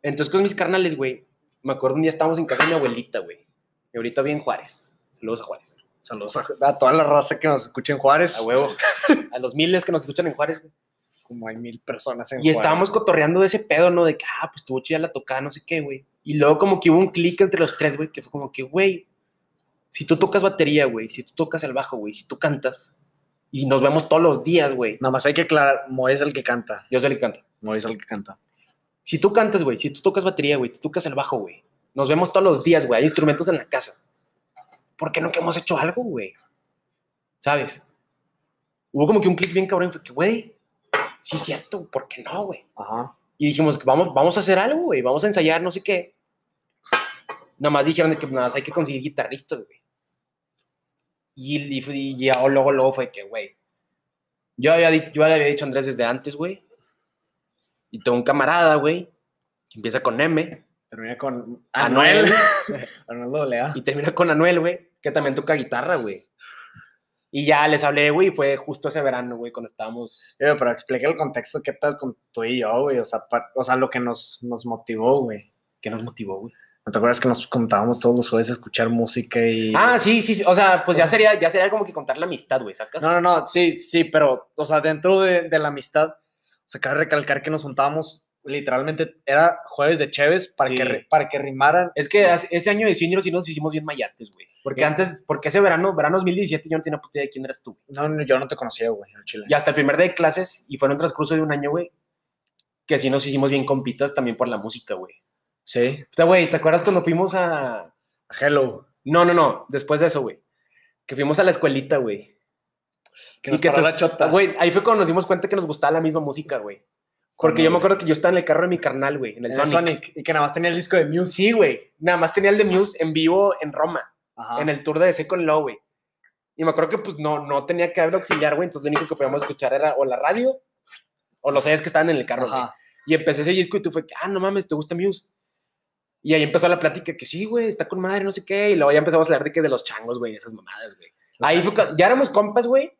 [SPEAKER 1] Entonces, con mis carnales, güey, me acuerdo un día estábamos en casa de mi abuelita, güey. Y ahorita vi en Juárez. Saludos a Juárez.
[SPEAKER 2] Saludos a, a toda la raza que nos escucha en Juárez.
[SPEAKER 1] A huevo. a los miles que nos escuchan en Juárez, güey.
[SPEAKER 2] Como hay mil personas en
[SPEAKER 1] Y
[SPEAKER 2] Juárez.
[SPEAKER 1] estábamos cotorreando de ese pedo, ¿no? De que, ah, pues tuvo chida la tocada, no sé qué, güey. Y luego como que hubo un clic entre los tres, güey, que fue como que, güey, si tú tocas batería, güey, si tú tocas el bajo, güey, si tú cantas, y nos vemos todos los días, güey.
[SPEAKER 2] Nada más hay que aclarar, Moe es el que canta.
[SPEAKER 1] Yo soy el que canta.
[SPEAKER 2] Moe es el que canta.
[SPEAKER 1] Si tú cantas, güey, si tú tocas batería, güey, tú tocas el bajo, güey. Nos vemos todos los días, güey. Hay instrumentos en la casa. ¿Por qué no que hemos hecho algo, güey? ¿Sabes? Hubo como que un clic bien cabrón. Fue que, güey, sí es cierto, ¿por qué no, güey?
[SPEAKER 2] Ajá.
[SPEAKER 1] Y dijimos, vamos, vamos a hacer algo, güey. Vamos a ensayar, no sé qué. Nada más dijeron de que nada más hay que conseguir guitarristas, güey. Y, y, fue- y ya, o luego, luego fue que, güey. Yo, había, di- yo le había dicho a Andrés desde antes, güey. Y tengo un camarada, güey, que empieza con M.
[SPEAKER 2] Termina con Anuel. Anuel doble A.
[SPEAKER 1] Y termina con Anuel, güey, que también toca guitarra, güey. Y ya les hablé, güey, y fue justo ese verano, güey, cuando estábamos...
[SPEAKER 2] Oye, pero explica el contexto, qué tal con tú y yo, güey. O sea, pa- o sea lo que nos, nos motivó, güey.
[SPEAKER 1] ¿Qué nos motivó, güey?
[SPEAKER 2] ¿No te acuerdas que nos contábamos todos los jueves a escuchar música y.
[SPEAKER 1] Ah, sí, sí, sí. O sea, pues ya sería, ya sería como que contar la amistad, güey, ¿sacas?
[SPEAKER 2] No, no, no, sí, sí, pero, o sea, dentro de, de la amistad, o sea, cabe recalcar que nos juntábamos literalmente, era jueves de Chévez para,
[SPEAKER 1] Sí.
[SPEAKER 2] que, re- para que rimaran.
[SPEAKER 1] Es que hace- ese año de senior sí nos hicimos bien mayates, güey. Porque
[SPEAKER 2] Bien.
[SPEAKER 1] antes, porque ese verano, verano 2017, yo no tenía puta idea de quién eras tú.
[SPEAKER 2] No, no, yo no te conocía, güey, al chile.
[SPEAKER 1] Y hasta el primer día de clases, y fue en un transcurso de un año, güey, que sí nos hicimos bien compitas también por la música, güey.
[SPEAKER 2] Sí.
[SPEAKER 1] O sea, güey, ¿te acuerdas cuando fuimos a...
[SPEAKER 2] Hello.
[SPEAKER 1] No, no, no, después de eso, güey. Que fuimos a la escuelita, güey. Y
[SPEAKER 2] Que nos
[SPEAKER 1] que
[SPEAKER 2] paró
[SPEAKER 1] te-
[SPEAKER 2] la chota.
[SPEAKER 1] Güey, ahí fue cuando nos dimos cuenta que nos gustaba la misma música, güey. Porque
[SPEAKER 2] Cuando,
[SPEAKER 1] yo me
[SPEAKER 2] güey,
[SPEAKER 1] acuerdo que yo estaba en el carro de mi carnal, güey, en el
[SPEAKER 2] en el
[SPEAKER 1] Sonic.
[SPEAKER 2] Sonic, Y que nada más tenía el disco de Muse.
[SPEAKER 1] Sí, güey. Nada más tenía el de Muse en vivo en Roma.
[SPEAKER 2] Ajá.
[SPEAKER 1] en el tour de Second Law, güey. Y me acuerdo que pues no, no tenía cable auxiliar, güey. Entonces lo único que podíamos escuchar era o la radio o los CDs que estaban en el carro, güey.
[SPEAKER 2] Ajá.
[SPEAKER 1] Y empecé ese disco y tú fue, que, ah, no mames, ¿te gusta Muse? Y ahí empezó la plática que sí, güey, está con madre, no sé qué. Y luego ya empezamos a hablar de que de los changos, güey, esas mamadas, güey. Ahí fue, cu- ya éramos compas, güey.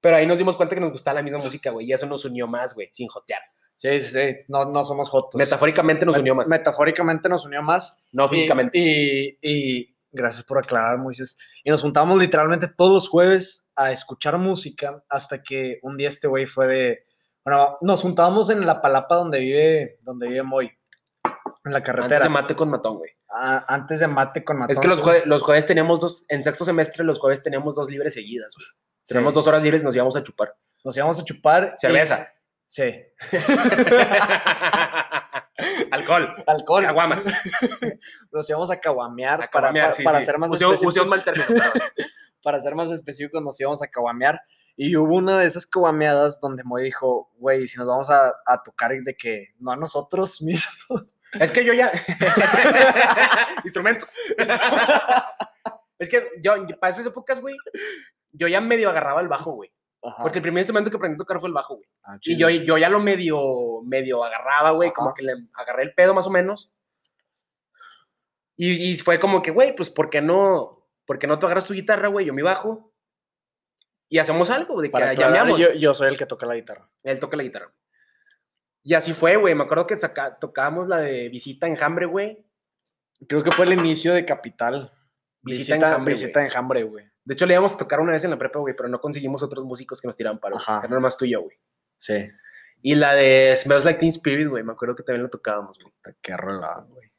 [SPEAKER 1] Pero ahí nos dimos cuenta que nos gustaba la misma música, güey. Y eso nos unió más, güey, sin jotear.
[SPEAKER 2] Sí, sí, sí. No, no somos jotos.
[SPEAKER 1] Metafóricamente nos
[SPEAKER 2] Me-
[SPEAKER 1] unió más,
[SPEAKER 2] Metafóricamente nos unió más.
[SPEAKER 1] no
[SPEAKER 2] Y-
[SPEAKER 1] físicamente.
[SPEAKER 2] Y, y gracias por aclarar, Moisés. Y nos juntamos literalmente todos los jueves a escuchar música hasta que un día este güey fue de... Bueno, nos juntábamos en la palapa donde vive, donde vive Moy, en la
[SPEAKER 1] Antes
[SPEAKER 2] carretera.
[SPEAKER 1] se mate con matón, güey.
[SPEAKER 2] a- antes de mate con matón.
[SPEAKER 1] Es que los jueves, los jueves teníamos dos, en sexto semestre los jueves teníamos dos libres seguidas, güey. Tenemos dos horas libres, nos íbamos a chupar.
[SPEAKER 2] Nos íbamos a chupar. y-
[SPEAKER 1] Cerveza.
[SPEAKER 2] sí.
[SPEAKER 1] Alcohol.
[SPEAKER 2] Alcohol.
[SPEAKER 1] Caguamas.
[SPEAKER 2] Nos íbamos a caguamear.
[SPEAKER 1] A
[SPEAKER 2] para-
[SPEAKER 1] caguamear,
[SPEAKER 2] para,
[SPEAKER 1] sí,
[SPEAKER 2] para
[SPEAKER 1] sí. Pues
[SPEAKER 2] ser más
[SPEAKER 1] Usé un-
[SPEAKER 2] específicos.
[SPEAKER 1] usé un mal término, pero-
[SPEAKER 2] para ser más específicos, nos íbamos a caguamear. Y hubo una de esas caguameadas donde Moy dijo, güey, si nos vamos a, a tocar de que no a nosotros mismos.
[SPEAKER 1] Es que yo ya. Instrumentos. es que yo, para esas épocas, güey, yo ya medio agarraba el bajo, güey. Porque el primer instrumento que aprendí a tocar fue el bajo, güey.
[SPEAKER 2] Ah,
[SPEAKER 1] Y
[SPEAKER 2] chido.
[SPEAKER 1] yo, yo ya lo medio, medio agarraba, güey, como
[SPEAKER 2] Ajá.
[SPEAKER 1] que le agarré el pedo más o menos. Y, y fue como que, güey, pues, ¿por qué no? ¿Por qué no tú agarras tu guitarra, güey? Yo mi bajo. Y hacemos algo, de que
[SPEAKER 2] Para aclarar,
[SPEAKER 1] llameamos.
[SPEAKER 2] yo, yo soy el que toca la guitarra.
[SPEAKER 1] Él toca la guitarra. Y así fue, güey. Me acuerdo que saca- tocábamos la de Visita Enjambre, güey.
[SPEAKER 2] Creo que fue el inicio de Capital.
[SPEAKER 1] Visita
[SPEAKER 2] Visita,
[SPEAKER 1] Enjambre,
[SPEAKER 2] visita de enjambre, güey.
[SPEAKER 1] De hecho, le íbamos a tocar una vez en la prepa, güey, pero no conseguimos otros músicos que nos tiraban paro.
[SPEAKER 2] Ajá.
[SPEAKER 1] Era nomás tú y yo, güey.
[SPEAKER 2] Sí.
[SPEAKER 1] Y la de Smells Like Teen Spirit, güey. Me acuerdo que también lo tocábamos, güey.
[SPEAKER 2] Qué rolada, güey.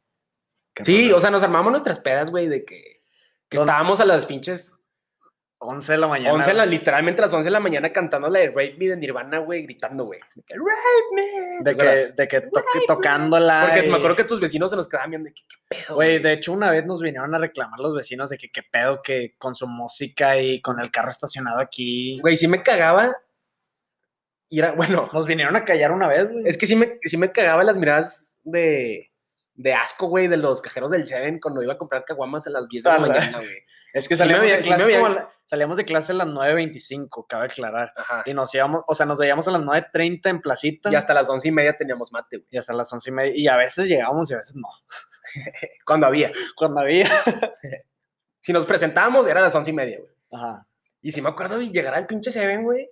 [SPEAKER 2] Qué
[SPEAKER 1] Sí,
[SPEAKER 2] rolada.
[SPEAKER 1] o sea, nos armamos nuestras pedas, güey, de que, que
[SPEAKER 2] ¿Dónde?
[SPEAKER 1] estábamos a las pinches
[SPEAKER 2] 11 de la mañana.
[SPEAKER 1] 11, de la- literalmente a las 11 de la mañana cantando la de Rape Me de Nirvana, güey, gritando, güey. De que, Rape Me. ¿Te
[SPEAKER 2] De que,
[SPEAKER 1] acuerdas?
[SPEAKER 2] de que to- tocándola.
[SPEAKER 1] Porque
[SPEAKER 2] y-
[SPEAKER 1] me acuerdo que tus vecinos se nos quedaban viendo de que, ¿qué pedo,
[SPEAKER 2] Güey, de hecho, una vez nos vinieron a reclamar los vecinos de que qué pedo que con su música y con el carro estacionado aquí.
[SPEAKER 1] Güey, sí me cagaba. Y era, bueno,
[SPEAKER 2] Nos vinieron a callar una vez, güey.
[SPEAKER 1] es que sí me, sí me cagaba las miradas de, de asco, güey, de los cajeros del Seven cuando iba a comprar caguamas a las 10 de la
[SPEAKER 2] Ah, la-
[SPEAKER 1] mañana, güey.
[SPEAKER 2] Es que
[SPEAKER 1] sí me
[SPEAKER 2] salíamos,
[SPEAKER 1] había-
[SPEAKER 2] de
[SPEAKER 1] sí me
[SPEAKER 2] clase
[SPEAKER 1] había-
[SPEAKER 2] como a la- salíamos de clase a las 9.25, cabe aclarar.
[SPEAKER 1] Ajá.
[SPEAKER 2] Y nos íbamos, o sea, nos veíamos a las 9.30 en placita.
[SPEAKER 1] Y hasta las once y media teníamos mate, güey.
[SPEAKER 2] y hasta las 11 y media. Y a veces llegábamos y a veces no.
[SPEAKER 1] Cuando había.
[SPEAKER 2] Cuando había.
[SPEAKER 1] Si nos presentábamos, era las once y media, güey.
[SPEAKER 2] Ajá.
[SPEAKER 1] Y sí me acuerdo de llegar al pinche Seven, güey,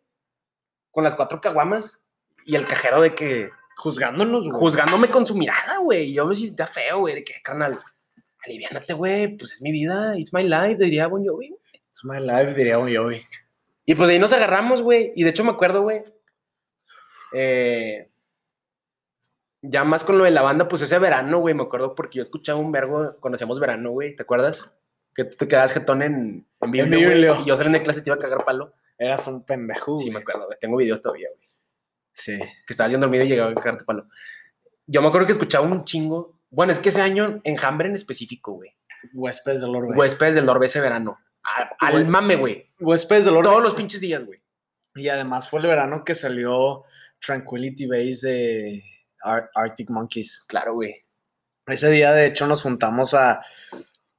[SPEAKER 1] con las cuatro caguamas y el cajero de que
[SPEAKER 2] Juzgándonos, güey.
[SPEAKER 1] juzgándome con su mirada, güey. Y Yo me siento feo, güey, de que, carnal, aliviánate, güey, pues es mi vida, it's my life, diría Bon Jovi, güey.
[SPEAKER 2] It's my life, diría un Jovi.
[SPEAKER 1] Y pues de ahí nos agarramos, güey. Y de hecho me acuerdo, güey. eh, ya más con lo de la banda, pues ese verano, güey, me acuerdo porque yo escuchaba un vergo cuando hacíamos verano, güey, ¿te acuerdas? Que tú te quedabas jetón en, en Biblio, güey,
[SPEAKER 2] Biblio.
[SPEAKER 1] y yo saliendo de clase te iba a cagar palo.
[SPEAKER 2] Eras un pendejo.
[SPEAKER 1] Sí, me
[SPEAKER 2] güey.
[SPEAKER 1] acuerdo, güey, tengo videos todavía, güey,
[SPEAKER 2] Sí.
[SPEAKER 1] que estabas bien dormido y llegaba a cagarte palo. Yo me acuerdo que escuchaba un chingo. Bueno, es que ese año, Enjambre en específico, güey.
[SPEAKER 2] Huéspedes del Orbe.
[SPEAKER 1] Huéspedes del Orbe ese verano. Al, al
[SPEAKER 2] Güey.
[SPEAKER 1] mame, güey.
[SPEAKER 2] Huéspedes del Orbe.
[SPEAKER 1] Todos los pinches días, güey.
[SPEAKER 2] Y además fue el verano que salió Tranquility Base de Ar- Arctic Monkeys.
[SPEAKER 1] Claro, güey.
[SPEAKER 2] Ese día, de hecho, nos juntamos a.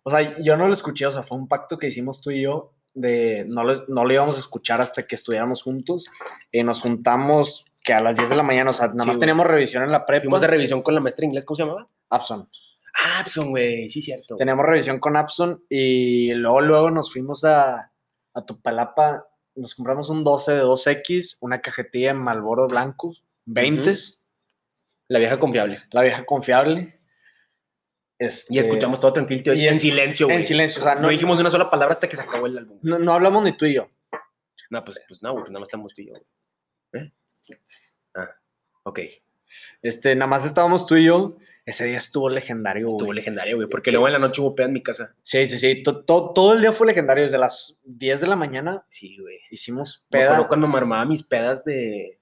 [SPEAKER 2] O sea, yo no lo escuché, o sea, fue un pacto que hicimos tú y yo de no lo, no lo íbamos a escuchar hasta que estuviéramos juntos. Y nos juntamos que a las 10 de la mañana, o sea, nada
[SPEAKER 1] Sí,
[SPEAKER 2] más
[SPEAKER 1] güey.
[SPEAKER 2] teníamos revisión en la prepa.
[SPEAKER 1] Fuimos de revisión con la maestra de inglés, ¿cómo se llamaba?
[SPEAKER 2] Abson.
[SPEAKER 1] Abson, güey, sí, cierto.
[SPEAKER 2] Teníamos revisión con Abson y luego, luego nos fuimos a, a Topalapa. Nos compramos un 12 de 2X, una cajetilla en Malboro Blanco, 20
[SPEAKER 1] La vieja confiable.
[SPEAKER 2] La vieja confiable. Este,
[SPEAKER 1] Y escuchamos todo tranquilo,
[SPEAKER 2] y
[SPEAKER 1] y en
[SPEAKER 2] es-
[SPEAKER 1] silencio, güey.
[SPEAKER 2] en silencio, o sea,
[SPEAKER 1] No,
[SPEAKER 2] no,
[SPEAKER 1] dijimos una sola palabra hasta que se acabó el álbum.
[SPEAKER 2] no, no hablamos ni tú y yo.
[SPEAKER 1] No, pues, pues no, güey, pues nada más estamos tú y yo. güey. ¿Eh? Ah, ok.
[SPEAKER 2] Este, nada más estábamos tú y yo. Ese día estuvo legendario,
[SPEAKER 1] Estuvo
[SPEAKER 2] güey.
[SPEAKER 1] legendario, güey, porque luego en la noche hubo peda en mi casa.
[SPEAKER 2] Sí, sí, sí. to- to- todo el día fue legendario. Desde las 10 de la mañana
[SPEAKER 1] Sí, güey.
[SPEAKER 2] hicimos
[SPEAKER 1] Me acuerdo
[SPEAKER 2] peda.
[SPEAKER 1] cuando me armaba mis pedas de...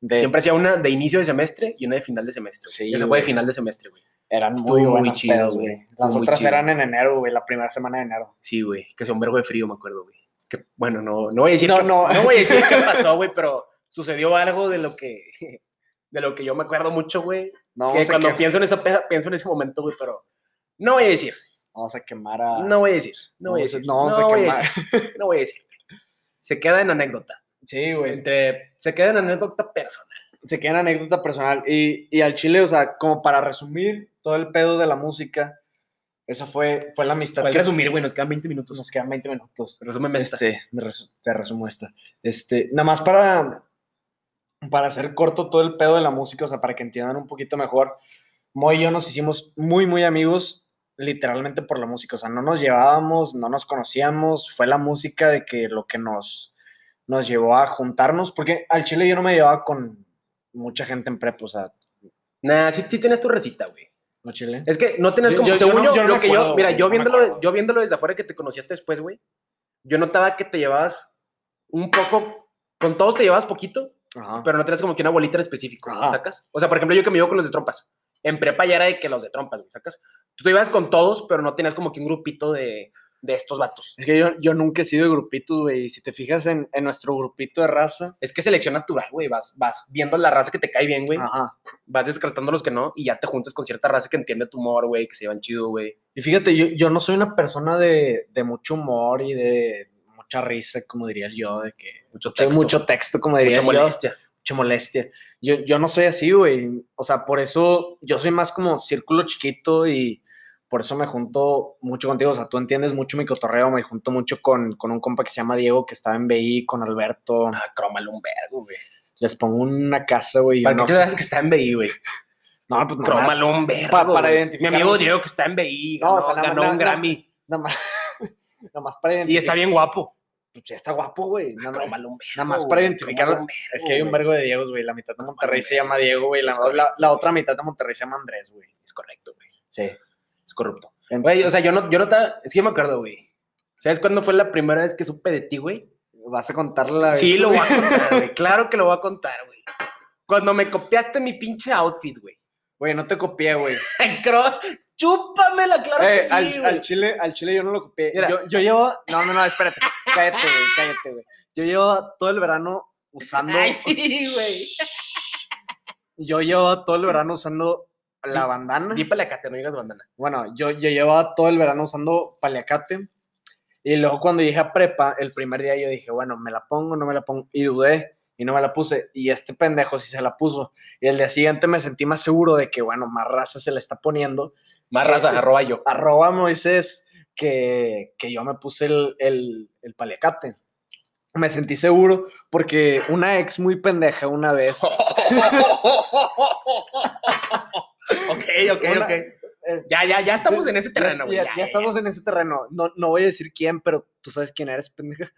[SPEAKER 2] de-
[SPEAKER 1] Siempre hacía una de inicio de semestre y una de final de semestre.
[SPEAKER 2] Sí,
[SPEAKER 1] Sí, Esa fue
[SPEAKER 2] güey.
[SPEAKER 1] de final de semestre, güey.
[SPEAKER 2] eran
[SPEAKER 1] estuvo
[SPEAKER 2] muy
[SPEAKER 1] muy
[SPEAKER 2] buenas
[SPEAKER 1] chido,
[SPEAKER 2] pedas,
[SPEAKER 1] güey.
[SPEAKER 2] güey.
[SPEAKER 1] Estuvo
[SPEAKER 2] Las
[SPEAKER 1] muy
[SPEAKER 2] otras
[SPEAKER 1] chido.
[SPEAKER 2] eran en enero, güey. La primera semana de enero.
[SPEAKER 1] Sí, güey. Que hacía un vergo de frío, me acuerdo, güey. Es Que, bueno, no, no voy a decir,
[SPEAKER 2] No,
[SPEAKER 1] qué-
[SPEAKER 2] no.
[SPEAKER 1] voy a decir qué pasó, güey, pero sucedió algo de lo que... De lo que yo me acuerdo mucho, güey.
[SPEAKER 2] No
[SPEAKER 1] que
[SPEAKER 2] vamos, a
[SPEAKER 1] cuando
[SPEAKER 2] que-
[SPEAKER 1] pienso en esa peda, pienso en ese momento, güey, pero no voy a decir,
[SPEAKER 2] vamos a quemar a...
[SPEAKER 1] no voy a decir, no voy a
[SPEAKER 2] vamos a-
[SPEAKER 1] decir,
[SPEAKER 2] no vamos a
[SPEAKER 1] voy a
[SPEAKER 2] quemar.
[SPEAKER 1] decir, no voy a decir. Se queda en anécdota.
[SPEAKER 2] Sí, güey.
[SPEAKER 1] Entre, se queda en anécdota personal.
[SPEAKER 2] se queda en anécdota personal. Y, y al chile, o sea, como para resumir todo el pedo de la música, esa fue, fue la amistad.
[SPEAKER 1] ¿Cuál
[SPEAKER 2] que
[SPEAKER 1] resumir, güey? Nos quedan 20 minutos.
[SPEAKER 2] Nos quedan 20 minutos.
[SPEAKER 1] Resúmeme esta.
[SPEAKER 2] Este, me resu- te resumo esta. Este, nada más para, para hacer corto todo el pedo de la música, o sea, para que entiendan un poquito mejor. Moy y yo nos hicimos muy, muy amigos, literalmente por la música. O sea, no nos llevábamos, no nos conocíamos. Fue la música de que lo que nos, nos llevó a juntarnos, porque al chile yo no me llevaba con mucha gente en prep, o sea,
[SPEAKER 1] Nah, sí, sí tienes tu recita, güey.
[SPEAKER 2] ¿No, Chile?
[SPEAKER 1] Es que no tenías
[SPEAKER 2] Yo-
[SPEAKER 1] como.
[SPEAKER 2] yo- yo
[SPEAKER 1] según
[SPEAKER 2] no-
[SPEAKER 1] yo,
[SPEAKER 2] yo no
[SPEAKER 1] porque yo-
[SPEAKER 2] puedo,
[SPEAKER 1] mira,
[SPEAKER 2] güey,
[SPEAKER 1] yo,
[SPEAKER 2] no me
[SPEAKER 1] viéndolo,
[SPEAKER 2] acuerdo.
[SPEAKER 1] yo viéndolo desde afuera que te conocías después, güey, yo notaba que te llevabas un poco. Con todos te llevabas poquito,
[SPEAKER 2] Ajá.
[SPEAKER 1] pero no tenías como que una bolita en específico,
[SPEAKER 2] Ajá.
[SPEAKER 1] ¿sacas? O sea, por ejemplo, yo que me llevo con los de trompas. En prepa ya era de que los de trompas, güey, ¿sacas? Tú te ibas con todos, pero no tenías como que un grupito de, de estos vatos.
[SPEAKER 2] Es que yo, yo nunca he sido de grupitos, güey. Y si te fijas en, en nuestro grupito de raza.
[SPEAKER 1] Es que selección natural, güey. Vas, vas viendo la raza que te cae bien, güey.
[SPEAKER 2] Ajá.
[SPEAKER 1] Vas descartando los que no y ya te juntas con cierta raza que entiende tu humor, güey, que se llevan chido, güey.
[SPEAKER 2] Y fíjate, yo, yo no soy una persona de, de mucho humor y de mucha risa, como diría el yo, de que
[SPEAKER 1] Mucho
[SPEAKER 2] Soy
[SPEAKER 1] texto,
[SPEAKER 2] mucho texto, como diría
[SPEAKER 1] mucha
[SPEAKER 2] yo.
[SPEAKER 1] molestia.
[SPEAKER 2] mucha molestia. Yo, yo no soy así, güey. O sea, por eso yo soy más como círculo chiquito y por eso me junto mucho contigo. O sea, tú entiendes mucho mi cotorreo. Me junto mucho con, con un compa que se llama Diego, que estaba en BI, con Alberto.
[SPEAKER 1] Ah, crómalo un vergo, güey.
[SPEAKER 2] Les pongo una casa, güey. y
[SPEAKER 1] ¿Para
[SPEAKER 2] una
[SPEAKER 1] qué te
[SPEAKER 2] oxi-
[SPEAKER 1] das que está en BI, güey?
[SPEAKER 2] No, pues nada más.
[SPEAKER 1] Crómalo un vergo.
[SPEAKER 2] Pa- para
[SPEAKER 1] güey.
[SPEAKER 2] identificar-
[SPEAKER 1] Mi amigo Diego que está en BI.
[SPEAKER 2] No,
[SPEAKER 1] ganó,
[SPEAKER 2] o sea, nada-
[SPEAKER 1] ganó
[SPEAKER 2] nada-
[SPEAKER 1] un
[SPEAKER 2] nada-
[SPEAKER 1] Grammy.
[SPEAKER 2] Nada más, nada más para
[SPEAKER 1] Y
[SPEAKER 2] identificar.
[SPEAKER 1] está bien guapo.
[SPEAKER 2] Pues ya está guapo, güey. Nada, más-
[SPEAKER 1] Crómalo un vergo.
[SPEAKER 2] nada más
[SPEAKER 1] güey,
[SPEAKER 2] para identificarlo.
[SPEAKER 1] crómalo un vergo,
[SPEAKER 2] Es que hay un
[SPEAKER 1] güey.
[SPEAKER 2] vergo de Diegos, güey. La mitad de Monterrey se
[SPEAKER 1] vergo.
[SPEAKER 2] llama Diego, güey. La,
[SPEAKER 1] Es
[SPEAKER 2] la-
[SPEAKER 1] correcto,
[SPEAKER 2] la
[SPEAKER 1] güey.
[SPEAKER 2] otra mitad de Monterrey se llama Andrés, güey.
[SPEAKER 1] Es correcto, güey.
[SPEAKER 2] Sí.
[SPEAKER 1] Es corrupto. Güey, o sea, yo no, yo no ta- Es que yo me acuerdo, güey. ¿Sabes cuándo fue la primera vez que supe de ti, güey?
[SPEAKER 2] Vas a contarle la
[SPEAKER 1] Sí,
[SPEAKER 2] vez,
[SPEAKER 1] lo
[SPEAKER 2] güey?
[SPEAKER 1] voy a contar, güey. Claro que lo voy a contar, güey. Cuando me copiaste mi pinche outfit, güey.
[SPEAKER 2] Güey, no te copié, güey.
[SPEAKER 1] Cro- Chúpamela, claro
[SPEAKER 2] Eh,
[SPEAKER 1] que sí,
[SPEAKER 2] al,
[SPEAKER 1] güey.
[SPEAKER 2] al chile, al chile yo no lo copié.
[SPEAKER 1] Mira.
[SPEAKER 2] Yo, yo llevo. No, no, no, espérate. cállate, güey, cállate, güey. Yo llevo todo el verano usando.
[SPEAKER 1] Ay, sí, güey.
[SPEAKER 2] Yo llevo todo el verano usando la bandana.
[SPEAKER 1] Di palacate, no digas bandana.
[SPEAKER 2] Bueno, yo, yo llevaba todo el verano usando paliacate. Y luego cuando llegué a prepa, el primer día yo dije, bueno, me la pongo, no me la pongo. Y dudé y no me la puse. Y este pendejo sí se la puso. Y el día siguiente me sentí más seguro de que, bueno, más raza se la está poniendo.
[SPEAKER 1] Más raza, arroba yo.
[SPEAKER 2] arroba Moisés que, que yo me puse el, el, el paliacate. Me sentí seguro porque una ex muy pendeja una vez,
[SPEAKER 1] ok, ok,
[SPEAKER 2] Una-
[SPEAKER 1] ok.
[SPEAKER 2] eh,
[SPEAKER 1] Ya, ya, ya estamos en ese terreno, güey.
[SPEAKER 2] ya, ya estamos en ese terreno, no, no voy a decir quién, pero tú sabes quién eres, pendeja.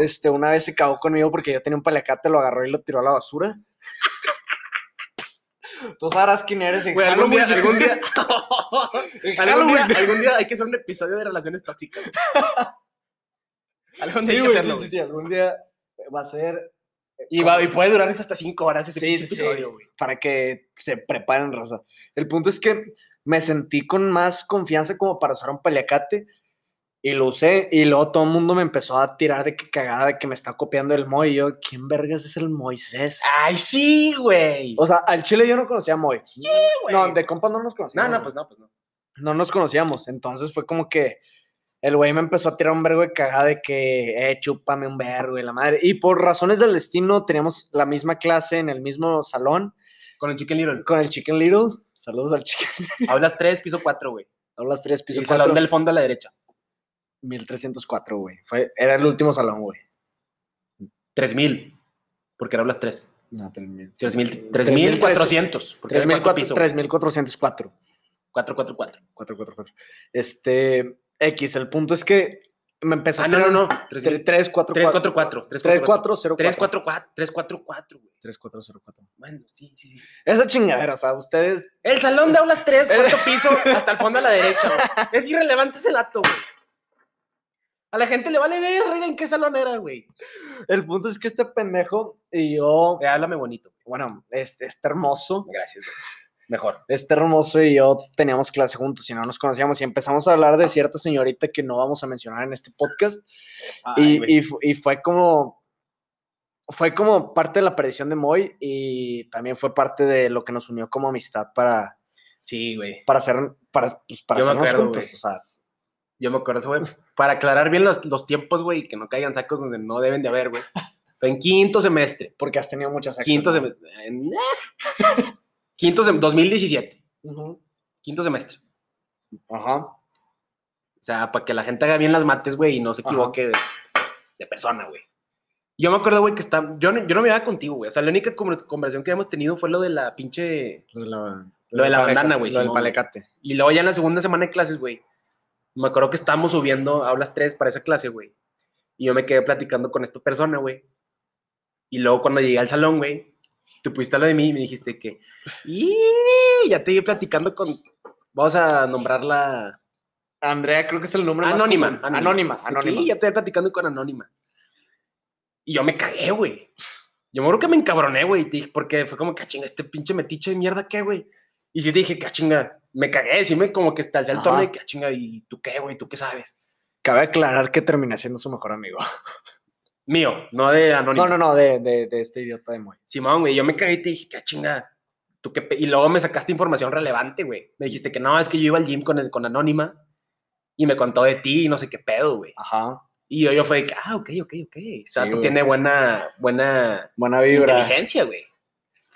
[SPEAKER 2] Este, una vez se cagó conmigo porque yo tenía un paliacate, lo agarró y lo tiró a la basura. Tú sabrás quién eres en
[SPEAKER 1] Güey, algún día,
[SPEAKER 2] Halloween.
[SPEAKER 1] algún día,
[SPEAKER 2] En
[SPEAKER 1] algún día,
[SPEAKER 2] Halloween.
[SPEAKER 1] algún día hay que hacer un episodio de relaciones tóxicas. güey. algún día
[SPEAKER 2] Sí,
[SPEAKER 1] hay que
[SPEAKER 2] güey,
[SPEAKER 1] hacerlo,
[SPEAKER 2] sí,
[SPEAKER 1] güey.
[SPEAKER 2] sí, algún día va a ser
[SPEAKER 1] Y, va- y puede durar hasta cinco horas ese
[SPEAKER 2] Sí,
[SPEAKER 1] pinche
[SPEAKER 2] sí, sí,
[SPEAKER 1] episodio, güey.
[SPEAKER 2] para que se preparen, raza. El punto es que me sentí con más confianza como para usar un paliacate y lo usé y luego todo el mundo me empezó a tirar de que cagada, de que me está copiando el Moy y yo, ¿quién vergas es el Moisés?
[SPEAKER 1] Ay, sí, güey.
[SPEAKER 2] O sea, al chile yo no conocía a Moy.
[SPEAKER 1] Sí, güey.
[SPEAKER 2] no, de compas no nos
[SPEAKER 1] No,
[SPEAKER 2] conocíamos.
[SPEAKER 1] no, pues no, pues no.
[SPEAKER 2] No nos conocíamos, entonces fue como que el güey me empezó a tirar un vergo de cagada de que, eh, chúpame un vergo y la madre. Y por razones del destino teníamos la misma clase en el mismo salón
[SPEAKER 1] Con el Chicken Little.
[SPEAKER 2] con el Chicken Little. Saludos al Chicken
[SPEAKER 1] Hablas tres, piso cuatro, güey.
[SPEAKER 2] Hablas tres pisos.
[SPEAKER 1] Y salón del fondo a la derecha.
[SPEAKER 2] 1304, güey. Fue, era el último salón, güey.
[SPEAKER 1] Tres mil. Porque hablas tres.
[SPEAKER 2] No, 3000.
[SPEAKER 1] Tres mil, tres mil cuatrocientos. Porque es el cuarto piso.
[SPEAKER 2] 3404.
[SPEAKER 1] Cuatro, cuatro, cuatro.
[SPEAKER 2] 444. Este. X, el punto es que me empezó
[SPEAKER 1] Ah, no, no, no. Tres mil.
[SPEAKER 2] 344.
[SPEAKER 1] 344. 344.
[SPEAKER 2] 3404.
[SPEAKER 1] 344. 344, güey.
[SPEAKER 2] 3404.
[SPEAKER 1] Bueno, sí, sí, sí.
[SPEAKER 2] Esa chingadera, o sea, ustedes.
[SPEAKER 1] El salón de aulas 3,
[SPEAKER 2] El-
[SPEAKER 1] cuarto piso, hasta el fondo a la derecha, güey. Es irrelevante ese dato, güey. A la gente le vale verga en qué salón era, güey.
[SPEAKER 2] El punto es que este pendejo y yo.
[SPEAKER 1] Eh, háblame bonito.
[SPEAKER 2] Bueno, este, este hermoso.
[SPEAKER 1] Gracias, güey. Mejor.
[SPEAKER 2] Este hermoso y yo teníamos clase juntos y no nos conocíamos y empezamos a hablar de cierta señorita que no vamos a mencionar en este podcast.
[SPEAKER 1] Ay,
[SPEAKER 2] y,
[SPEAKER 1] güey.
[SPEAKER 2] y fu- y fue como fue como parte de la aparición de Moy y también fue parte de lo que nos unió como amistad para
[SPEAKER 1] sí, güey.
[SPEAKER 2] para ser para pues, para
[SPEAKER 1] Yo me
[SPEAKER 2] hacernos
[SPEAKER 1] acuerdo,
[SPEAKER 2] compas,
[SPEAKER 1] güey.
[SPEAKER 2] o sea,
[SPEAKER 1] Yo me acuerdo, güey. Para aclarar bien los, los tiempos, güey, que no caigan sacos donde no deben de haber, güey. Fue en quinto semestre.
[SPEAKER 2] porque has tenido muchas exes,
[SPEAKER 1] Quinto
[SPEAKER 2] ¿no?
[SPEAKER 1] semestre. en- ah. Quinto semestre. 2017.
[SPEAKER 2] Ujú.
[SPEAKER 1] Quinto semestre.
[SPEAKER 2] Ajá.
[SPEAKER 1] O sea, para que la gente haga bien las mates, güey, y no se
[SPEAKER 2] Ajá.
[SPEAKER 1] equivoque de, de persona, güey. Yo me acuerdo, güey, que está. Yo no, yo no me iba contigo, güey. O sea, la única conver- conversación que habíamos tenido fue lo de la pinche.
[SPEAKER 2] Lo de la,
[SPEAKER 1] Lo de la
[SPEAKER 2] paleca-
[SPEAKER 1] bandana, güey,
[SPEAKER 2] Lo del
[SPEAKER 1] Simón, güey.
[SPEAKER 2] palecate.
[SPEAKER 1] Y luego ya en la segunda semana de clases, güey. Me acuerdo que estábamos subiendo hablas tres para esa clase, güey. Y yo me quedé platicando con esta persona, güey. Y luego cuando llegué al salón, güey, te pusiste lo de mí y me dijiste que. Y ya te iba platicando con. Vamos a nombrarla.
[SPEAKER 2] Andrea creo que es el nombre más
[SPEAKER 1] Anónima,
[SPEAKER 2] común.
[SPEAKER 1] anónima.
[SPEAKER 2] Anónima,
[SPEAKER 1] Anónima.
[SPEAKER 2] anónima.
[SPEAKER 1] Sí, ya te iba platicando con Anónima. Y yo me cagué, güey. Yo me acuerdo que me encabroné, güey. te dije- Porque fue como, que "Ah, chinga, este pinche metiche de mierda, ¿qué, güey? Y sí te dije, que "Ah, chinga, me cagué. Sí, me como que estalcé el
[SPEAKER 2] Ajá.
[SPEAKER 1] tono de que "Ah, chinga, ¿y tú qué, güey? ¿Tú qué sabes?
[SPEAKER 2] Cabe aclarar que termina siendo su mejor amigo.
[SPEAKER 1] Mío, no de Anónima.
[SPEAKER 2] No, no, no, de, de- de este idiota de Moy.
[SPEAKER 1] Simón, güey, yo me cagué y te dije, qué chinga. ¿Tú qué pe-?" y luego me sacaste información relevante, güey. Me dijiste que no, es que yo iba al gym con, el- con Anónima y me contó de ti y no sé qué pedo, güey.
[SPEAKER 2] Ajá.
[SPEAKER 1] Y yo, yo fue de que, ah, ok, ok, ok. O sea,
[SPEAKER 2] Sí,
[SPEAKER 1] tú
[SPEAKER 2] güey.
[SPEAKER 1] tienes buena, buena
[SPEAKER 2] Buena vibra.
[SPEAKER 1] inteligencia, güey.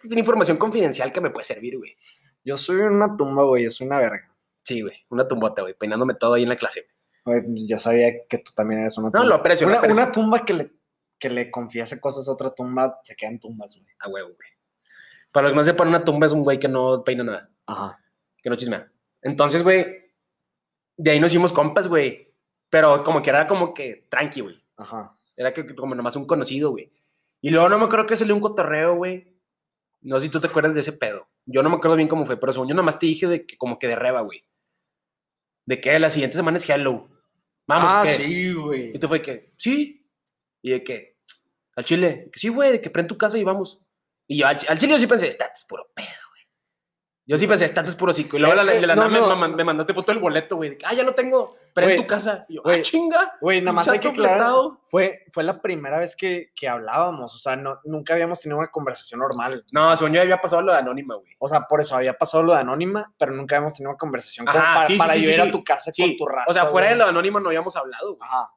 [SPEAKER 1] Tiene información confidencial que me puede servir, güey.
[SPEAKER 2] Yo soy una tumba, güey. Yo soy una verga.
[SPEAKER 1] Sí, güey. Una tumbota, güey. Peinándome todo ahí en la clase.
[SPEAKER 2] Güey, Yo sabía que tú también eres una
[SPEAKER 1] No,
[SPEAKER 2] tumba.
[SPEAKER 1] lo aprecio. lo
[SPEAKER 2] una,
[SPEAKER 1] aprecio.
[SPEAKER 2] una tumba que le, que le confiese cosas a otra tumba, se quedan tumbas, güey.
[SPEAKER 1] A huevo, güey. Para los que no sepan, una tumba es un güey que no peina nada.
[SPEAKER 2] Ajá.
[SPEAKER 1] que no chismea. Entonces, güey, de ahí nos hicimos compas, güey. Pero como que era como que tranqui, güey.
[SPEAKER 2] Ajá.
[SPEAKER 1] Era que, como nomás un conocido, güey. Y luego no me acuerdo que salió un cotorreo, güey. No sé si tú te acuerdas de ese pedo. Yo no me acuerdo bien cómo fue, pero según yo nomás te dije de que, como que de reba, güey. De que la siguiente semana es Hello. Vamos,
[SPEAKER 2] ah,
[SPEAKER 1] ¿qué?
[SPEAKER 2] sí, güey.
[SPEAKER 1] Y tú fue que, sí. Y de que, al chile, sí, güey, de que prende tu casa y vamos. Y yo al, chi- al chile yo sí pensé, estás puro pedo, güey. Yo sí pensé, estás puro psico. Y luego
[SPEAKER 2] Eh,
[SPEAKER 1] la- de la,
[SPEAKER 2] eh, no,
[SPEAKER 1] nada me-
[SPEAKER 2] no.
[SPEAKER 1] me, me mandaste foto del boleto, güey. de que, ah, ya lo tengo, prende
[SPEAKER 2] Güey,
[SPEAKER 1] tu casa. Y yo, ah,
[SPEAKER 2] güey,
[SPEAKER 1] chinga.
[SPEAKER 2] Güey, nada
[SPEAKER 1] Un
[SPEAKER 2] más hay que
[SPEAKER 1] chato
[SPEAKER 2] aclarar,
[SPEAKER 1] apretado.
[SPEAKER 2] fue, fue la primera vez que, que hablábamos, o sea, no, nunca habíamos tenido una conversación normal.
[SPEAKER 1] No, según yo había pasado lo de Anónima, güey.
[SPEAKER 2] O sea, por eso había pasado lo de Anónima, pero nunca habíamos tenido una conversación como
[SPEAKER 1] Ajá,
[SPEAKER 2] para,
[SPEAKER 1] sí, sí,
[SPEAKER 2] para
[SPEAKER 1] sí,
[SPEAKER 2] yo
[SPEAKER 1] sí,
[SPEAKER 2] ir
[SPEAKER 1] sí.
[SPEAKER 2] a tu casa
[SPEAKER 1] Sí,
[SPEAKER 2] con tu raza.
[SPEAKER 1] o sea, fuera de
[SPEAKER 2] güey.
[SPEAKER 1] lo de Anónima no habíamos hablado, güey.
[SPEAKER 2] Ajá.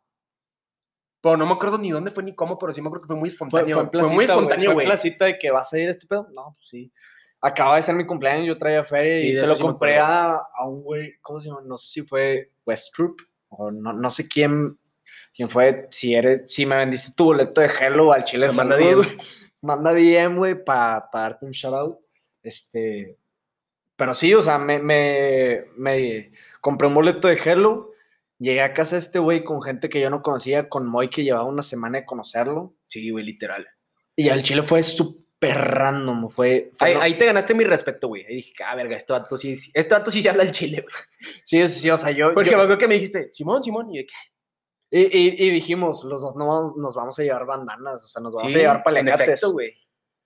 [SPEAKER 1] Pero no me acuerdo ni dónde fue ni cómo, pero sí me acuerdo que fue muy
[SPEAKER 2] Fue,
[SPEAKER 1] espontáneo. Fue,
[SPEAKER 2] fue en placita,
[SPEAKER 1] muy espontáneo,
[SPEAKER 2] Fue en
[SPEAKER 1] güey.
[SPEAKER 2] placita de que vas a ir a este pedo. No, pues sí. Acaba de ser mi cumpleaños, yo traía feria
[SPEAKER 1] Sí,
[SPEAKER 2] y
[SPEAKER 1] de
[SPEAKER 2] se
[SPEAKER 1] eso
[SPEAKER 2] lo
[SPEAKER 1] sí me
[SPEAKER 2] compré
[SPEAKER 1] acuerdo.
[SPEAKER 2] a, a un güey, ¿cómo se llama? No sé si fue Westrup o no, no sé quién, quién fue. Si eres, si me vendiste tu boleto de Hello al Chile,
[SPEAKER 1] Me manda
[SPEAKER 2] saludos,
[SPEAKER 1] DM.
[SPEAKER 2] güey. Manda DM, güey, para darte un shout out. Este. Pero sí, o sea, me, me, me compré un boleto de Hello. Llegué a casa de este güey con gente que yo no conocía, con Moy que llevaba una semana de conocerlo.
[SPEAKER 1] Sí, güey, literal.
[SPEAKER 2] Y al Chile fue súper random, fue... fue
[SPEAKER 1] Ahí,
[SPEAKER 2] no-
[SPEAKER 1] ahí te ganaste mi respeto, güey. Ahí dije, ah, verga, este dato sí, sí- este dato sí se habla el chile, güey.
[SPEAKER 2] Sí, sí, o sea, yo...
[SPEAKER 1] Porque
[SPEAKER 2] yo-
[SPEAKER 1] me acuerdo que me dijiste, Simón, Simón. Y yo, de que,
[SPEAKER 2] y, y- y dijimos, los dos no vamos, nos vamos a llevar bandanas, o sea, nos vamos
[SPEAKER 1] Sí,
[SPEAKER 2] a llevar
[SPEAKER 1] en
[SPEAKER 2] palecates.
[SPEAKER 1] efecto, güey.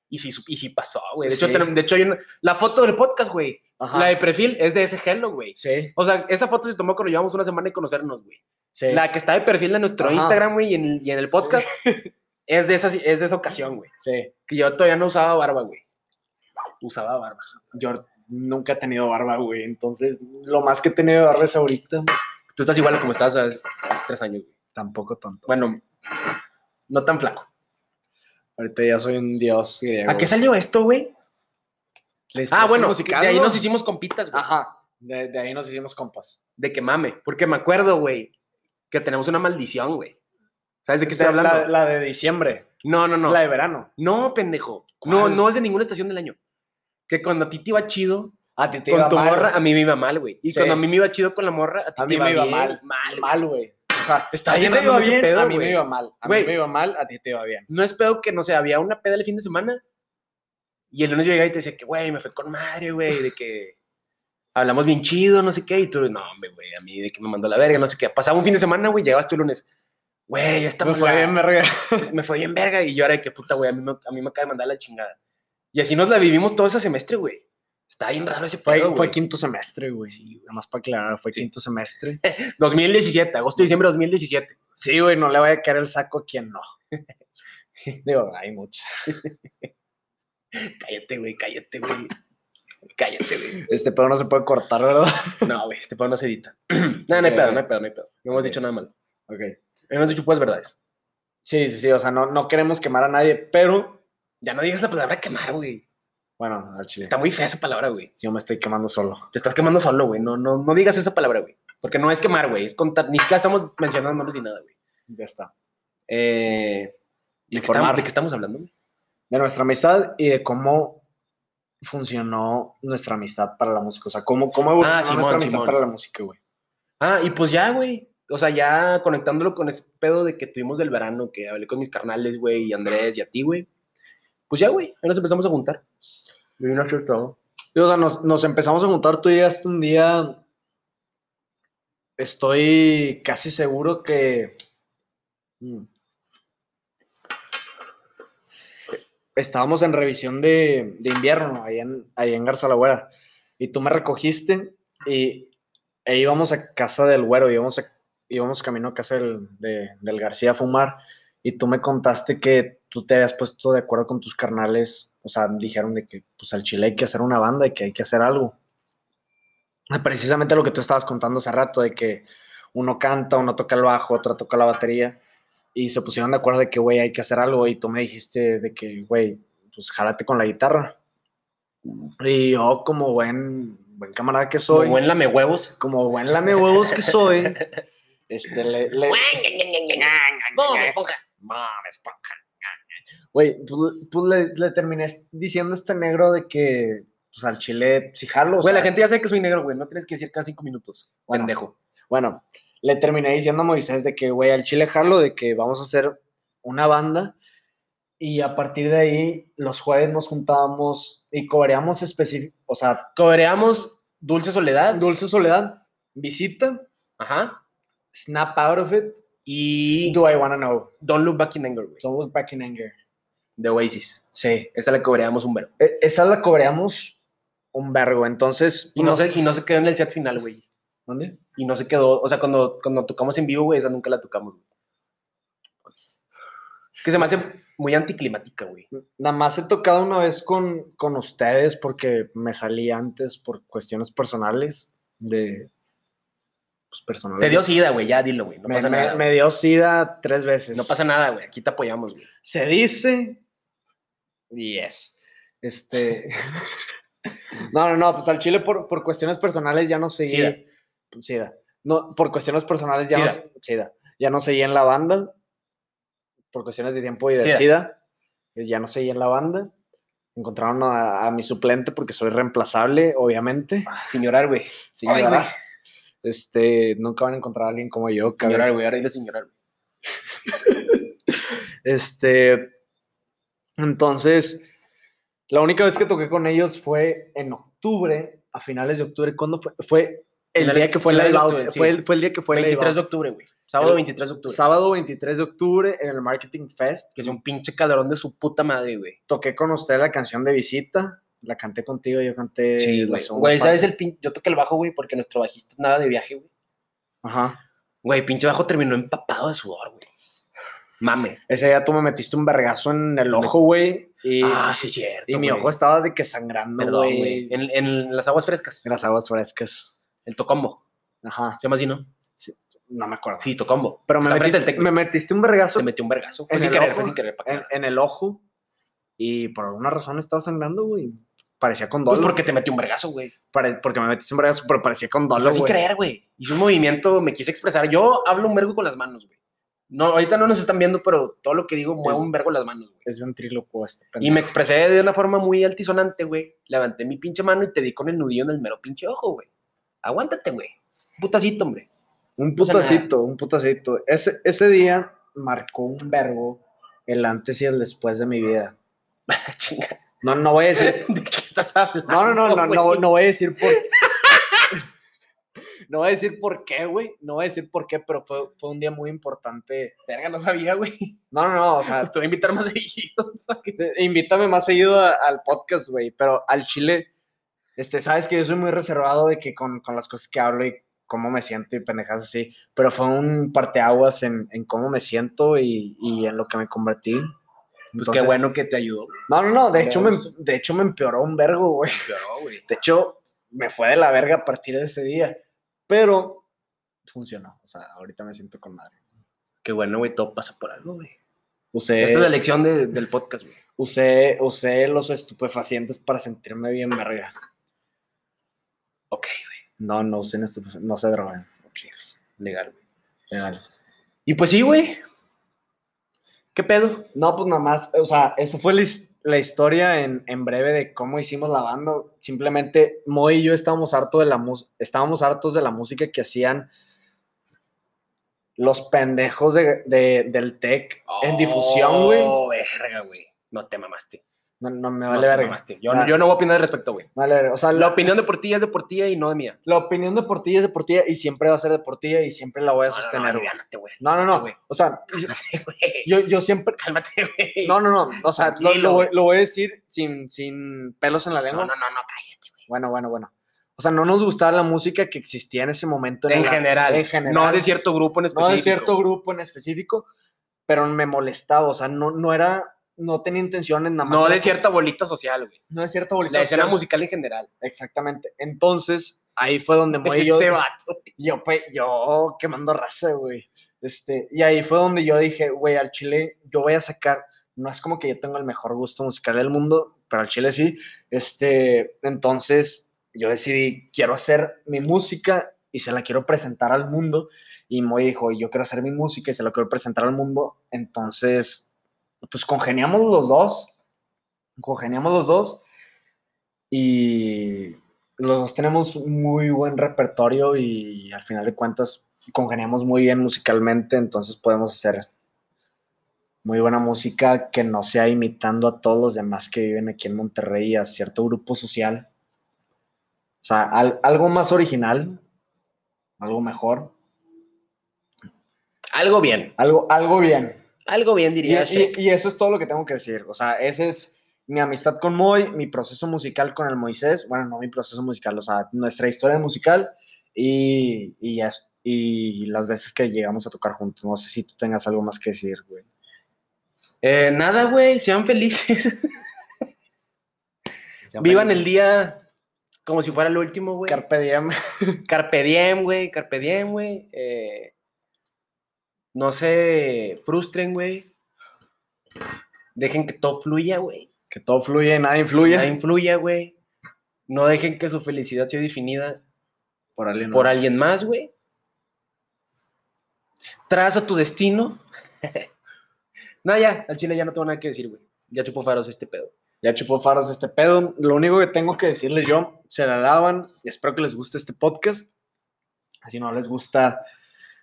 [SPEAKER 1] Y sí, sup- y sí pasó, güey. De, hecho,
[SPEAKER 2] Sí.
[SPEAKER 1] tenem- de hecho, hay una- la foto del podcast, güey.
[SPEAKER 2] Ajá.
[SPEAKER 1] La de perfil es de ese Hello, güey.
[SPEAKER 2] Sí,
[SPEAKER 1] O sea, esa foto se tomó cuando llevamos una semana de conocernos, güey.
[SPEAKER 2] sí.
[SPEAKER 1] La que está de perfil de nuestro
[SPEAKER 2] Ajá.
[SPEAKER 1] Instagram, güey, y en, el- y en el podcast, es, de esa, es de esa ocasión, güey.
[SPEAKER 2] sí.
[SPEAKER 1] Que yo todavía no usaba barba, güey. Usaba barba.
[SPEAKER 2] Yo nunca he tenido barba, güey, entonces lo más que he tenido de barba es ahorita.
[SPEAKER 1] Tú estás igual a como estabas hace, hace tres años, güey.
[SPEAKER 2] Tampoco tanto.
[SPEAKER 1] Bueno, no tan flaco.
[SPEAKER 2] Ahorita ya soy un dios griego.
[SPEAKER 1] ¿A qué salió esto, güey?
[SPEAKER 2] Les
[SPEAKER 1] Ah,
[SPEAKER 2] puse
[SPEAKER 1] bueno,
[SPEAKER 2] musical,
[SPEAKER 1] de ahí
[SPEAKER 2] ¿no?
[SPEAKER 1] nos hicimos compitas, güey.
[SPEAKER 2] Ajá, de, de ahí nos hicimos compas.
[SPEAKER 1] de que mame. Porque me acuerdo, güey, que tenemos una maldición, güey. ¿Sabes de qué estoy
[SPEAKER 2] La-
[SPEAKER 1] hablando?
[SPEAKER 2] La, la de diciembre,
[SPEAKER 1] no, no, no.
[SPEAKER 2] la de verano.
[SPEAKER 1] No, pendejo. No,
[SPEAKER 2] ¿Cuál?
[SPEAKER 1] no es de ninguna estación del año. Que cuando a ti te iba chido
[SPEAKER 2] A ti te
[SPEAKER 1] con
[SPEAKER 2] iba
[SPEAKER 1] tu
[SPEAKER 2] mal.
[SPEAKER 1] morra, a mí me iba mal, güey. Y
[SPEAKER 2] Sí.
[SPEAKER 1] cuando a mí me iba chido con la morra, a ti
[SPEAKER 2] A
[SPEAKER 1] te
[SPEAKER 2] mí
[SPEAKER 1] iba
[SPEAKER 2] me iba
[SPEAKER 1] bien,
[SPEAKER 2] mal.
[SPEAKER 1] mal.
[SPEAKER 2] mal, güey. O sea,
[SPEAKER 1] Está
[SPEAKER 2] a ti
[SPEAKER 1] bien
[SPEAKER 2] te iba
[SPEAKER 1] random ese
[SPEAKER 2] bien,
[SPEAKER 1] pedo,
[SPEAKER 2] a mí
[SPEAKER 1] güey.
[SPEAKER 2] me iba mal. A
[SPEAKER 1] Güey.
[SPEAKER 2] mí me iba mal, a ti te iba bien.
[SPEAKER 1] No es pedo que, no sé, había una peda el fin de semana y el lunes yo llegaba y te decía que, güey, me fue con madre, güey, de que hablamos bien chido, no sé qué. Y tú, no, hombre, güey, a mí de que me mandó la verga, no sé qué. Pasaba un fin de semana, güey, llegabas tú el lunes. Güey, ya está
[SPEAKER 2] Me fue bien, verga.
[SPEAKER 1] me fue bien verga y yo ahora de que puta, güey, a mí, me, a mí me acaba de mandar la chingada. Y así nos la vivimos todo ese semestre, güey. Está bien raro ese
[SPEAKER 2] Fue,
[SPEAKER 1] pedo,
[SPEAKER 2] fue
[SPEAKER 1] güey.
[SPEAKER 2] quinto semestre, güey. nada más para aclarar, fue
[SPEAKER 1] Sí.
[SPEAKER 2] quinto semestre.
[SPEAKER 1] 2017, agosto, diciembre de 2017.
[SPEAKER 2] Sí, güey, no le voy a caer el saco a quien no. Digo, hay muchos.
[SPEAKER 1] Cállate, güey, cállate, güey. Cállate, güey.
[SPEAKER 2] Este pedo no se puede cortar, ¿verdad?
[SPEAKER 1] No, güey, este pedo no se edita. no, no hay
[SPEAKER 2] Ok,
[SPEAKER 1] pedo,
[SPEAKER 2] ok.
[SPEAKER 1] no hay pedo, no hay pedo. No hemos
[SPEAKER 2] Ok.
[SPEAKER 1] dicho nada mal.
[SPEAKER 2] Ok.
[SPEAKER 1] No hemos dicho puras verdades.
[SPEAKER 2] Sí, sí, sí. O sea, no, no queremos quemar a nadie, pero
[SPEAKER 1] Ya no digas la palabra quemar, güey.
[SPEAKER 2] bueno, al chile.
[SPEAKER 1] Está muy fea esa palabra, güey.
[SPEAKER 2] Yo me estoy quemando solo.
[SPEAKER 1] Te estás quemando solo, güey. No, no, no digas esa palabra, güey. Porque no es quemar, güey. Es contar. Ni siquiera estamos mencionando nombres ni nada, güey.
[SPEAKER 2] Ya está.
[SPEAKER 1] Eh, ¿de, qué
[SPEAKER 2] Informar.
[SPEAKER 1] estamos, ¿De qué estamos hablando? güey?
[SPEAKER 2] De nuestra amistad y de cómo funcionó nuestra amistad para la música. O sea, cómo, cómo evolucionó
[SPEAKER 1] Simón,
[SPEAKER 2] nuestra amistad
[SPEAKER 1] Simón.
[SPEAKER 2] para la música, güey.
[SPEAKER 1] Ah, y pues ya, güey. O sea, ya conectándolo con ese pedo de que tuvimos del verano, que hablé con mis carnales, güey, y Andrés y a ti, güey. Pues ya, güey, ahí nos empezamos a juntar. Y una church todo.
[SPEAKER 2] Y, o sea, nos, nos empezamos a juntar, tú llegaste un día. Estoy casi seguro que. mm, Estábamos en revisión de, de invierno, ahí en, ahí en Garzalagüera. Y tú me recogiste y e íbamos a casa del güero, íbamos, a- íbamos camino a casa del, de- del García a fumar. Y tú me contaste que tú te habías puesto de acuerdo con tus carnales, o sea, dijeron de que pues al Chile hay que hacer una banda y que hay que hacer algo. Ah, Precisamente lo que tú estabas contando hace rato, de que uno canta, uno toca el bajo, otro toca la batería, y se pusieron de acuerdo de que, güey, hay que hacer algo, y tú me dijiste de que, güey, pues jálate con la guitarra. Y yo, como buen, buen camarada que soy,
[SPEAKER 1] Como buen lame huevos.
[SPEAKER 2] como buen lame huevos que soy, este, le- le,
[SPEAKER 3] Bob Esponja.
[SPEAKER 2] Mame, esponja. Güey, pues, pues le, le terminé diciendo a este negro de que, pues al chile, si jalo. o
[SPEAKER 1] Güey, la
[SPEAKER 2] sea,
[SPEAKER 1] gente ya sabe que soy negro, güey. No tienes que decir cada cinco minutos.
[SPEAKER 2] Bueno.
[SPEAKER 1] Pendejo.
[SPEAKER 2] Bueno, le terminé diciendo a Moisés de que, güey, al chile jalo, de que vamos a hacer una banda. Y a partir de ahí, los jueves nos juntábamos y cobreamos específico, o sea,
[SPEAKER 1] Cobreamos Dulce Soledad.
[SPEAKER 2] Dulce Soledad, Visita,
[SPEAKER 1] Ajá.
[SPEAKER 2] Snap Out of It,
[SPEAKER 1] Y
[SPEAKER 2] Do I Wanna Know,
[SPEAKER 1] Don't Look Back in Anger, güey.
[SPEAKER 2] Don't Look Back in Anger.
[SPEAKER 1] De Oasis.
[SPEAKER 2] Sí,
[SPEAKER 1] Esa la cobreamos un verbo.
[SPEAKER 2] e- esa la cobreamos un vergo, entonces...
[SPEAKER 1] Y no,
[SPEAKER 2] nos-
[SPEAKER 1] se, y no se quedó en el set final, güey.
[SPEAKER 2] ¿Dónde?
[SPEAKER 1] Y no se quedó, o sea, cuando, cuando tocamos en vivo, güey, esa nunca la tocamos. güey. Que se me hace muy anticlimática, güey.
[SPEAKER 2] Nada más he tocado una vez con, con ustedes porque me salí antes por cuestiones personales de... Pues personales.
[SPEAKER 1] Te dio sida, güey, ya dilo, güey. No
[SPEAKER 2] me,
[SPEAKER 1] pasa
[SPEAKER 2] me-
[SPEAKER 1] nada.
[SPEAKER 2] me dio sida tres veces.
[SPEAKER 1] güey. No pasa nada, güey. Aquí te apoyamos, güey.
[SPEAKER 2] Se dice... Yes. Este... no, no, no, pues al chile por, por cuestiones personales ya no seguí...
[SPEAKER 1] Sida.
[SPEAKER 2] Pues, sida. No, por cuestiones personales ya
[SPEAKER 1] Sida.
[SPEAKER 2] no... Sida. Ya no seguí en la banda. Por cuestiones de tiempo y de
[SPEAKER 1] Sida.
[SPEAKER 2] sida. eh, Ya no seguí en la banda. Encontraron a, a mi suplente porque soy reemplazable, obviamente.
[SPEAKER 1] Sin llorar, güey.
[SPEAKER 2] Sí,
[SPEAKER 1] Ay,
[SPEAKER 2] ¿verdad?
[SPEAKER 1] güey.
[SPEAKER 2] Este, nunca van a encontrar a alguien como yo,
[SPEAKER 1] Sin
[SPEAKER 2] cabrón.
[SPEAKER 1] llorar, güey. Ahora dilo sin llorar, güey.
[SPEAKER 2] Este, entonces, la única vez que toqué con ellos fue en octubre, a finales de octubre. ¿Cuándo fue? Fue el
[SPEAKER 1] Finales-
[SPEAKER 2] día que fue el
[SPEAKER 1] finales de
[SPEAKER 2] live out,
[SPEAKER 1] octubre, sí.
[SPEAKER 2] Fue, el, fue el día que fue el live
[SPEAKER 1] 23 de
[SPEAKER 2] out.
[SPEAKER 1] octubre, güey. Sábado
[SPEAKER 2] El-
[SPEAKER 1] 23 de octubre.
[SPEAKER 2] Sábado 23 de octubre en el Marketing Fest.
[SPEAKER 1] que es un pinche calorón de su puta madre, güey.
[SPEAKER 2] Toqué con usted la canción de visita. La canté contigo, yo canté la
[SPEAKER 1] Eh, güey.
[SPEAKER 2] segunda
[SPEAKER 1] Güey, ¿sabes
[SPEAKER 2] parte.
[SPEAKER 1] el pin... Yo toqué el bajo, güey, porque nuestro bajista nada de viaje, güey.
[SPEAKER 2] Ajá.
[SPEAKER 1] Güey, pinche bajo terminó empapado de sudor, güey. Mame.
[SPEAKER 2] Ese día tú me metiste un vergazo en el ojo, güey. Y,
[SPEAKER 1] ah, sí, cierto.
[SPEAKER 2] y mi
[SPEAKER 1] güey.
[SPEAKER 2] ojo estaba de que sangrando,
[SPEAKER 1] Perdón, güey.
[SPEAKER 2] güey.
[SPEAKER 1] En, en las aguas frescas.
[SPEAKER 2] En las aguas frescas.
[SPEAKER 1] El Tocombo.
[SPEAKER 2] Ajá.
[SPEAKER 1] Se llama así, ¿no?
[SPEAKER 2] No me acuerdo.
[SPEAKER 1] Sí, Tocombo.
[SPEAKER 2] Pero me
[SPEAKER 1] Está frente
[SPEAKER 2] metiste,
[SPEAKER 1] al Tec,
[SPEAKER 2] me
[SPEAKER 1] güey.
[SPEAKER 2] metiste un vergazo
[SPEAKER 1] Se metió un vergazo. Fue
[SPEAKER 2] en
[SPEAKER 1] sin
[SPEAKER 2] el
[SPEAKER 1] querer,
[SPEAKER 2] ojo,
[SPEAKER 1] fue sin querer. pa' que
[SPEAKER 2] en,
[SPEAKER 1] nada.
[SPEAKER 2] en el ojo y por alguna razón estaba sangrando, güey. Parecía con
[SPEAKER 1] Pues
[SPEAKER 2] dolor.
[SPEAKER 1] porque te metió un vergazo, güey.
[SPEAKER 2] porque me metiste un vergazo, pero parecía con
[SPEAKER 1] No fue
[SPEAKER 2] dolor,
[SPEAKER 1] sin
[SPEAKER 2] güey.
[SPEAKER 1] creer, güey. Hice un movimiento, me quise expresar. Yo hablo un vergo con las manos, güey. No, ahorita no nos están viendo, pero todo lo que digo muevo
[SPEAKER 2] Es-
[SPEAKER 1] un vergo las manos, güey.
[SPEAKER 2] Es ventrílocuo este
[SPEAKER 1] Y me expresé de una forma muy altisonante, güey. Levanté mi pinche mano y te di con el nudillo en el mero pinche ojo, güey. Aguántate, güey. Putacito, hombre.
[SPEAKER 2] Un
[SPEAKER 1] pasa nada.
[SPEAKER 2] putacito, un putacito. Ese, ese día marcó un verbo el antes y el después de mi vida.
[SPEAKER 1] Chinga,
[SPEAKER 2] No, no voy a decir.
[SPEAKER 1] ¿De qué estás hablando?
[SPEAKER 2] No, no, no, no, no,
[SPEAKER 1] güey?
[SPEAKER 2] no voy a decir por. No voy a decir por qué, güey. No voy a decir por qué, pero fue, fue un día muy importante.
[SPEAKER 1] Verga, no sabía, güey.
[SPEAKER 2] No, no, no, o sea,
[SPEAKER 1] Te voy a invitar más seguido. Pues
[SPEAKER 2] Eh, Invítame más seguido a- al podcast, güey, pero al chile, este, sabes que yo soy muy reservado de que con, con las cosas que hablo y cómo me siento y pendejas así, pero fue un parteaguas en, en cómo me siento y, y en lo que me convertí.
[SPEAKER 1] Pues
[SPEAKER 2] Entonces-
[SPEAKER 1] qué bueno que te ayudó.
[SPEAKER 2] No, no, no, de,
[SPEAKER 1] Me
[SPEAKER 2] hecho me,
[SPEAKER 1] gusta.
[SPEAKER 2] de hecho me empeoró un vergo, güey.
[SPEAKER 1] Claro, güey.
[SPEAKER 2] De hecho, me fue de la verga a partir de ese día, pero funcionó, o sea, ahorita me siento con madre.
[SPEAKER 1] Qué bueno, güey, todo pasa por algo, güey.
[SPEAKER 2] Usé,
[SPEAKER 1] Esta es la lección de- Este del podcast, güey.
[SPEAKER 2] usé, usé los estupefacientes para sentirme bien verga.
[SPEAKER 1] Ok,
[SPEAKER 2] No, no usen estupefacientes, no se droguen.
[SPEAKER 1] legal, güey.
[SPEAKER 2] Legal.
[SPEAKER 1] Y pues sí, güey. ¿Qué pedo?
[SPEAKER 2] No, pues nada más, o sea, eso fue la, his- la historia en, en breve de cómo hicimos la banda. Simplemente Moy y yo estábamos hartos de la mus- estábamos hartos de la música que hacían los pendejos de- de- del tech en difusión, güey.
[SPEAKER 1] Oh, verga, güey. No te mamaste.
[SPEAKER 2] No, no me
[SPEAKER 1] No,
[SPEAKER 2] vale
[SPEAKER 1] tú
[SPEAKER 2] verga.
[SPEAKER 1] mamaste. Yo,
[SPEAKER 2] Vale.
[SPEAKER 1] yo no voy a opinar al respecto, güey.
[SPEAKER 2] Me vale verga. O sea,
[SPEAKER 1] La
[SPEAKER 2] la,
[SPEAKER 1] opinión de Portilla es de Portilla y no de mía.
[SPEAKER 2] la opinión de Portilla es de Portilla y siempre va a ser de Portilla y siempre la voy a sostener, güey.
[SPEAKER 1] cálmate, güey.
[SPEAKER 2] No, no, no.
[SPEAKER 1] güey.
[SPEAKER 2] O sea,
[SPEAKER 1] Cálmate, güey.
[SPEAKER 2] yo, yo siempre.
[SPEAKER 1] Cálmate, güey.
[SPEAKER 2] No, no, no. O sea, lo,
[SPEAKER 1] Tranquilo,
[SPEAKER 2] lo voy,
[SPEAKER 1] güey.
[SPEAKER 2] lo voy a decir sin, sin pelos en la lengua.
[SPEAKER 1] no, no, no, no, cállate, güey.
[SPEAKER 2] Bueno, bueno, bueno. O sea, no nos gustaba la música que existía en ese momento.
[SPEAKER 1] En
[SPEAKER 2] la-
[SPEAKER 1] general,
[SPEAKER 2] En general.
[SPEAKER 1] No de cierto grupo en
[SPEAKER 2] no
[SPEAKER 1] específico.
[SPEAKER 2] de cierto grupo en específico, pero me molestaba, o sea, no, no era, no tenía intenciones nada más.
[SPEAKER 1] No de
[SPEAKER 2] era-
[SPEAKER 1] cierta bolita social, güey.
[SPEAKER 2] no de cierto bolita.
[SPEAKER 1] La escena
[SPEAKER 2] social.
[SPEAKER 1] musical en general.
[SPEAKER 2] Exactamente. Entonces, ahí fue donde Moy y yo,
[SPEAKER 1] Este vato.
[SPEAKER 2] yo, pe- yo quemando raza, güey. Este, y ahí fue donde yo dije, güey, al chile yo voy a sacar, no es como que yo tengo el mejor gusto musical del mundo, pero al chile sí. Este, entonces yo decidí, quiero hacer mi música y se la quiero presentar al mundo. Y Moy dijo, yo quiero hacer mi música y se la quiero presentar al mundo. Entonces, pues congeniamos los dos. Congeniamos los dos. Y los dos tenemos un muy buen repertorio y al final de cuentas congeniamos muy bien musicalmente, entonces podemos hacer muy buena música que no sea imitando a todos los demás que viven aquí en Monterrey y a cierto grupo social. O sea, al- algo más original, algo mejor,
[SPEAKER 1] Algo bien.
[SPEAKER 2] algo, algo bien.
[SPEAKER 1] Algo bien,
[SPEAKER 2] Y,
[SPEAKER 1] diría
[SPEAKER 2] y-
[SPEAKER 1] Shake.
[SPEAKER 2] y eso es todo lo que tengo que decir. O sea, ese es mi amistad con Moy, mi proceso musical con el Moisés. Bueno, no mi proceso musical, o sea, nuestra historia musical y, y, ya es- y las veces que llegamos a tocar juntos. No sé si tú tengas algo más que decir, güey.
[SPEAKER 1] Eh, nada, güey. Sean felices. Vivan el día como si fuera el último, güey.
[SPEAKER 2] Carpe diem.
[SPEAKER 1] Carpe diem, güey, carpe diem, güey. eh, no se frustren, güey. Dejen que todo fluya, güey.
[SPEAKER 2] Que todo fluye, nada influye.
[SPEAKER 1] Nada influya, güey. No dejen que su felicidad sea definida
[SPEAKER 2] por alguien.
[SPEAKER 1] por
[SPEAKER 2] más.
[SPEAKER 1] alguien más, güey. Traza tu destino. no, ya, al chile ya no tengo nada que decir, güey. Ya chupo faros este pedo.
[SPEAKER 2] Ya chupó faros este pedo. Lo único que tengo que decirles yo, se la lavan. y Espero que les guste este podcast. Si no les gusta,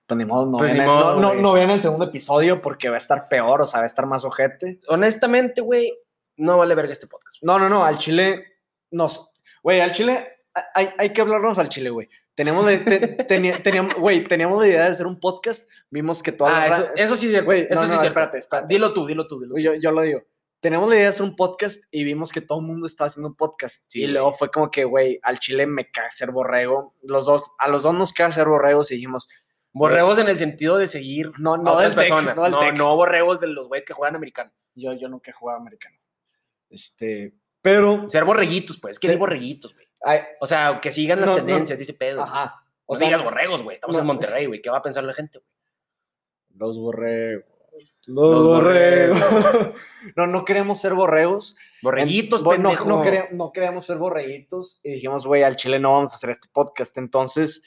[SPEAKER 2] pues ni modo, no,
[SPEAKER 1] Pues
[SPEAKER 2] vean,
[SPEAKER 1] ni
[SPEAKER 2] el-
[SPEAKER 1] modo,
[SPEAKER 2] no, no-
[SPEAKER 1] güey.
[SPEAKER 2] no vean el segundo episodio porque va a estar peor, o sea, va a estar más ojete.
[SPEAKER 1] Honestamente, güey, no vale verga este podcast.
[SPEAKER 2] No, no, no, al chile nos... Güey, al chile a- hay, hay que hablarnos al chile, güey. Teníamos, de, te- teni- teníamos, güey, teníamos la idea de hacer un podcast, vimos que toda la
[SPEAKER 1] Ah,
[SPEAKER 2] ra-
[SPEAKER 1] eso, eso sí, güey.
[SPEAKER 2] Güey,
[SPEAKER 1] Eso
[SPEAKER 2] no,
[SPEAKER 1] sí,
[SPEAKER 2] no,
[SPEAKER 1] es cierto.
[SPEAKER 2] espérate, espérate.
[SPEAKER 1] Dilo tú, dilo tú, dilo tú.
[SPEAKER 2] Yo, yo lo digo. Tenemos la idea de hacer un podcast y vimos que todo el mundo estaba haciendo un podcast.
[SPEAKER 1] Sí,
[SPEAKER 2] y
[SPEAKER 1] güey.
[SPEAKER 2] luego fue como que, güey, al chile me caga ser borrego. Los dos, a los dos nos caga ser borregos y dijimos,
[SPEAKER 1] Borregos en el sentido de seguir
[SPEAKER 2] no,
[SPEAKER 1] a
[SPEAKER 2] no
[SPEAKER 1] otras
[SPEAKER 2] del tec,
[SPEAKER 1] personas.
[SPEAKER 2] no del
[SPEAKER 1] no,
[SPEAKER 2] tec.
[SPEAKER 1] no borregos de los güeyes que juegan americano.
[SPEAKER 2] Yo, yo nunca he jugado americano. Este, pero,
[SPEAKER 1] Ser borreguitos, pues. Que
[SPEAKER 2] Sí.
[SPEAKER 1] di borreguitos, güey.
[SPEAKER 2] ay,
[SPEAKER 1] O sea, que sigan las
[SPEAKER 2] No, no.
[SPEAKER 1] tendencias y ese pedo. Ajá.
[SPEAKER 2] ajá.
[SPEAKER 1] O
[SPEAKER 2] O sea,
[SPEAKER 1] digas borregos, güey. Estamos
[SPEAKER 2] no.
[SPEAKER 1] en Monterrey, güey. ¿Qué va a pensar la gente? güey?
[SPEAKER 2] los borregos. Los,
[SPEAKER 1] Los
[SPEAKER 2] borregos. no, no queremos ser borregos.
[SPEAKER 1] Borreguitos,
[SPEAKER 2] Bueno,
[SPEAKER 1] pendejo.
[SPEAKER 2] no, no, quería- no queríamos ser borreguitos y dijimos, güey, al chile no vamos a hacer este podcast. Entonces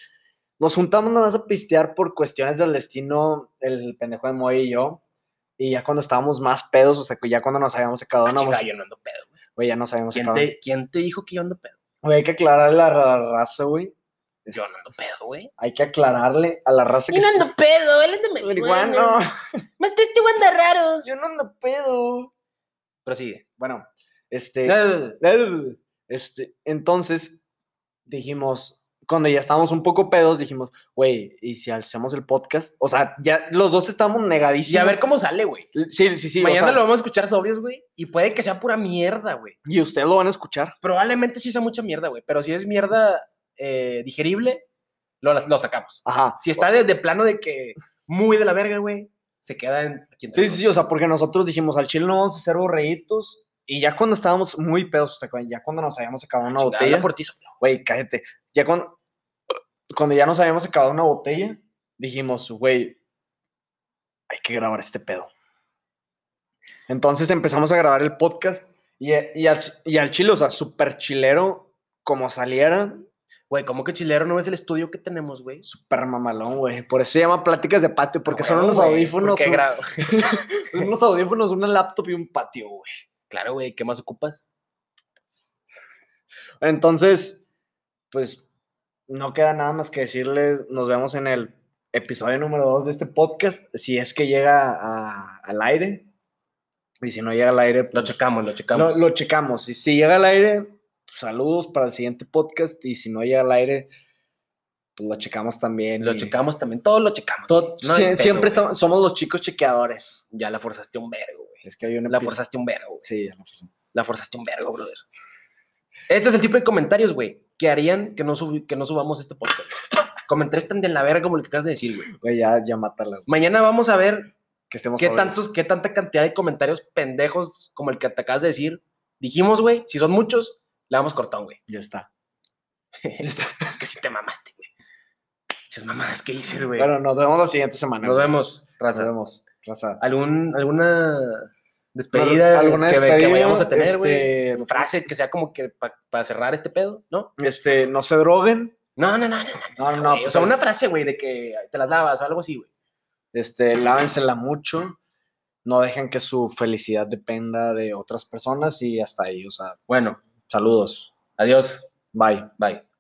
[SPEAKER 2] nos juntamos nomás a pistear por cuestiones del destino, el pendejo de Moy y yo. Y ya cuando estábamos más pedos, o sea, que ya cuando nos habíamos sacado
[SPEAKER 1] Ah,
[SPEAKER 2] una,
[SPEAKER 1] chinga, yo no ando pedo, güey.
[SPEAKER 2] güey, ya nos habíamos
[SPEAKER 1] ¿Quién
[SPEAKER 2] sacado.
[SPEAKER 1] te, quién te dijo que yo ando pedo?
[SPEAKER 2] Güey, hay que aclararle a la raza, güey.
[SPEAKER 1] Yo no ando pedo, güey.
[SPEAKER 2] Hay que aclararle a la raza que
[SPEAKER 3] Yo no ando pedo, él anda marihuana.
[SPEAKER 2] marihuana.
[SPEAKER 3] Más este güey anda raro.
[SPEAKER 2] Yo no ando pedo.
[SPEAKER 1] Pero sí.
[SPEAKER 2] Bueno, este.
[SPEAKER 1] Yo
[SPEAKER 2] Este, entonces dijimos, cuando ya estábamos un poco pedos, dijimos, güey, ¿y si hacemos el podcast? O sea, ya los dos estábamos negadísimos.
[SPEAKER 1] Y a ver cómo sale, güey.
[SPEAKER 2] Sí, sí, sí. o
[SPEAKER 1] Mañana
[SPEAKER 2] sea,
[SPEAKER 1] lo vamos a escuchar sobrios, güey. Y puede que sea pura mierda, güey.
[SPEAKER 2] Y ustedes lo van a escuchar.
[SPEAKER 1] Probablemente sí sea mucha mierda, güey. Pero si es mierda eh, digerible, lo, lo sacamos.
[SPEAKER 2] Ajá.
[SPEAKER 1] Si está de, de plano de que muy de la verga, güey, se queda en. aquí entre
[SPEAKER 2] Sí, sí, sí,
[SPEAKER 1] nosotros.
[SPEAKER 2] o sea, porque nosotros dijimos, al chile no vamos a hacer borreguitos. Y ya cuando estábamos muy pedos, o sea, cuando- ya cuando nos habíamos acabado una
[SPEAKER 1] Chingada
[SPEAKER 2] botella,
[SPEAKER 1] Portizo.
[SPEAKER 2] güey, cállate. Ya cuando, cuando ya nos habíamos acabado una botella, dijimos, güey, hay que grabar este pedo. Entonces empezamos a grabar el podcast y, y al, y al chile, o sea, súper chilero, como saliera,
[SPEAKER 1] Güey, ¿cómo que chilero no es el estudio que tenemos, güey?
[SPEAKER 2] súper mamalón, güey. Por eso se llama Pláticas de Patio, porque
[SPEAKER 1] Ah,
[SPEAKER 2] son
[SPEAKER 1] huevo,
[SPEAKER 2] unos
[SPEAKER 1] güey,
[SPEAKER 2] audífonos,
[SPEAKER 1] porque
[SPEAKER 2] un-
[SPEAKER 1] gra-
[SPEAKER 2] unos audífonos, una laptop y un patio, güey.
[SPEAKER 1] Claro, güey, ¿qué más ocupas?
[SPEAKER 2] Entonces, pues no queda nada más que decirles, nos vemos en el episodio número 2 de este podcast, si es que llega a- al aire. Y si no llega al aire,
[SPEAKER 1] Lo
[SPEAKER 2] pues,
[SPEAKER 1] checamos, lo checamos.
[SPEAKER 2] lo, lo checamos. Y si llega al aire, pues, saludos para el siguiente podcast. Y si no llega al aire, pues lo checamos también.
[SPEAKER 1] Lo
[SPEAKER 2] y-
[SPEAKER 1] checamos también, todo lo checamos.
[SPEAKER 2] Todo-
[SPEAKER 1] No hay
[SPEAKER 2] sie-
[SPEAKER 1] pedo,
[SPEAKER 2] siempre
[SPEAKER 1] güey.
[SPEAKER 2] estamos- somos los chicos chequeadores.
[SPEAKER 1] Ya la forzaste un vergo, güey.
[SPEAKER 2] Es que hay una
[SPEAKER 1] La forzaste un vergo, güey.
[SPEAKER 2] Sí, ya la forzamos.
[SPEAKER 1] La forzaste un vergo, brother. Este es el tipo de comentarios, güey, que harían que no, subi- que no subamos este podcast. güey. Comentarios tan de la verga como el que acabas de decir, güey.
[SPEAKER 2] Güey, ya, ya mátala. güey.
[SPEAKER 1] Mañana vamos a ver
[SPEAKER 2] Que estemos
[SPEAKER 1] qué,
[SPEAKER 2] sobrios.
[SPEAKER 1] tantos, qué tanta cantidad de comentarios pendejos como el que te acabas de decir. Dijimos, güey, si son muchos, le damos cortón, güey.
[SPEAKER 2] Ya está.
[SPEAKER 1] que si te mamaste, güey. Esas mamadas que dices, güey.
[SPEAKER 2] Bueno, nos vemos la siguiente semana.
[SPEAKER 1] Nos
[SPEAKER 2] güey.
[SPEAKER 1] vemos,
[SPEAKER 2] Nos
[SPEAKER 1] raza.
[SPEAKER 2] vemos. Raza.
[SPEAKER 1] ¿Algún, ¿Alguna despedida,
[SPEAKER 2] ¿Alguna
[SPEAKER 1] que, ve- que
[SPEAKER 2] despedida?
[SPEAKER 1] vayamos a tener, güey?
[SPEAKER 2] Este,
[SPEAKER 1] Frase que sea como que para cerrar este pedo, ¿no?
[SPEAKER 2] este, no se droguen.
[SPEAKER 1] No, no, no, no.
[SPEAKER 2] No,
[SPEAKER 1] no,
[SPEAKER 2] no, no.
[SPEAKER 1] güey, o
[SPEAKER 2] pues,
[SPEAKER 1] sea, una frase, güey, de que te las lavas o algo así, güey.
[SPEAKER 2] Este, lávensela mucho. No dejen que su felicidad dependa de otras personas y hasta ahí. O sea,
[SPEAKER 1] Bueno,
[SPEAKER 2] saludos.
[SPEAKER 1] adiós.
[SPEAKER 2] Bye.
[SPEAKER 1] Bye.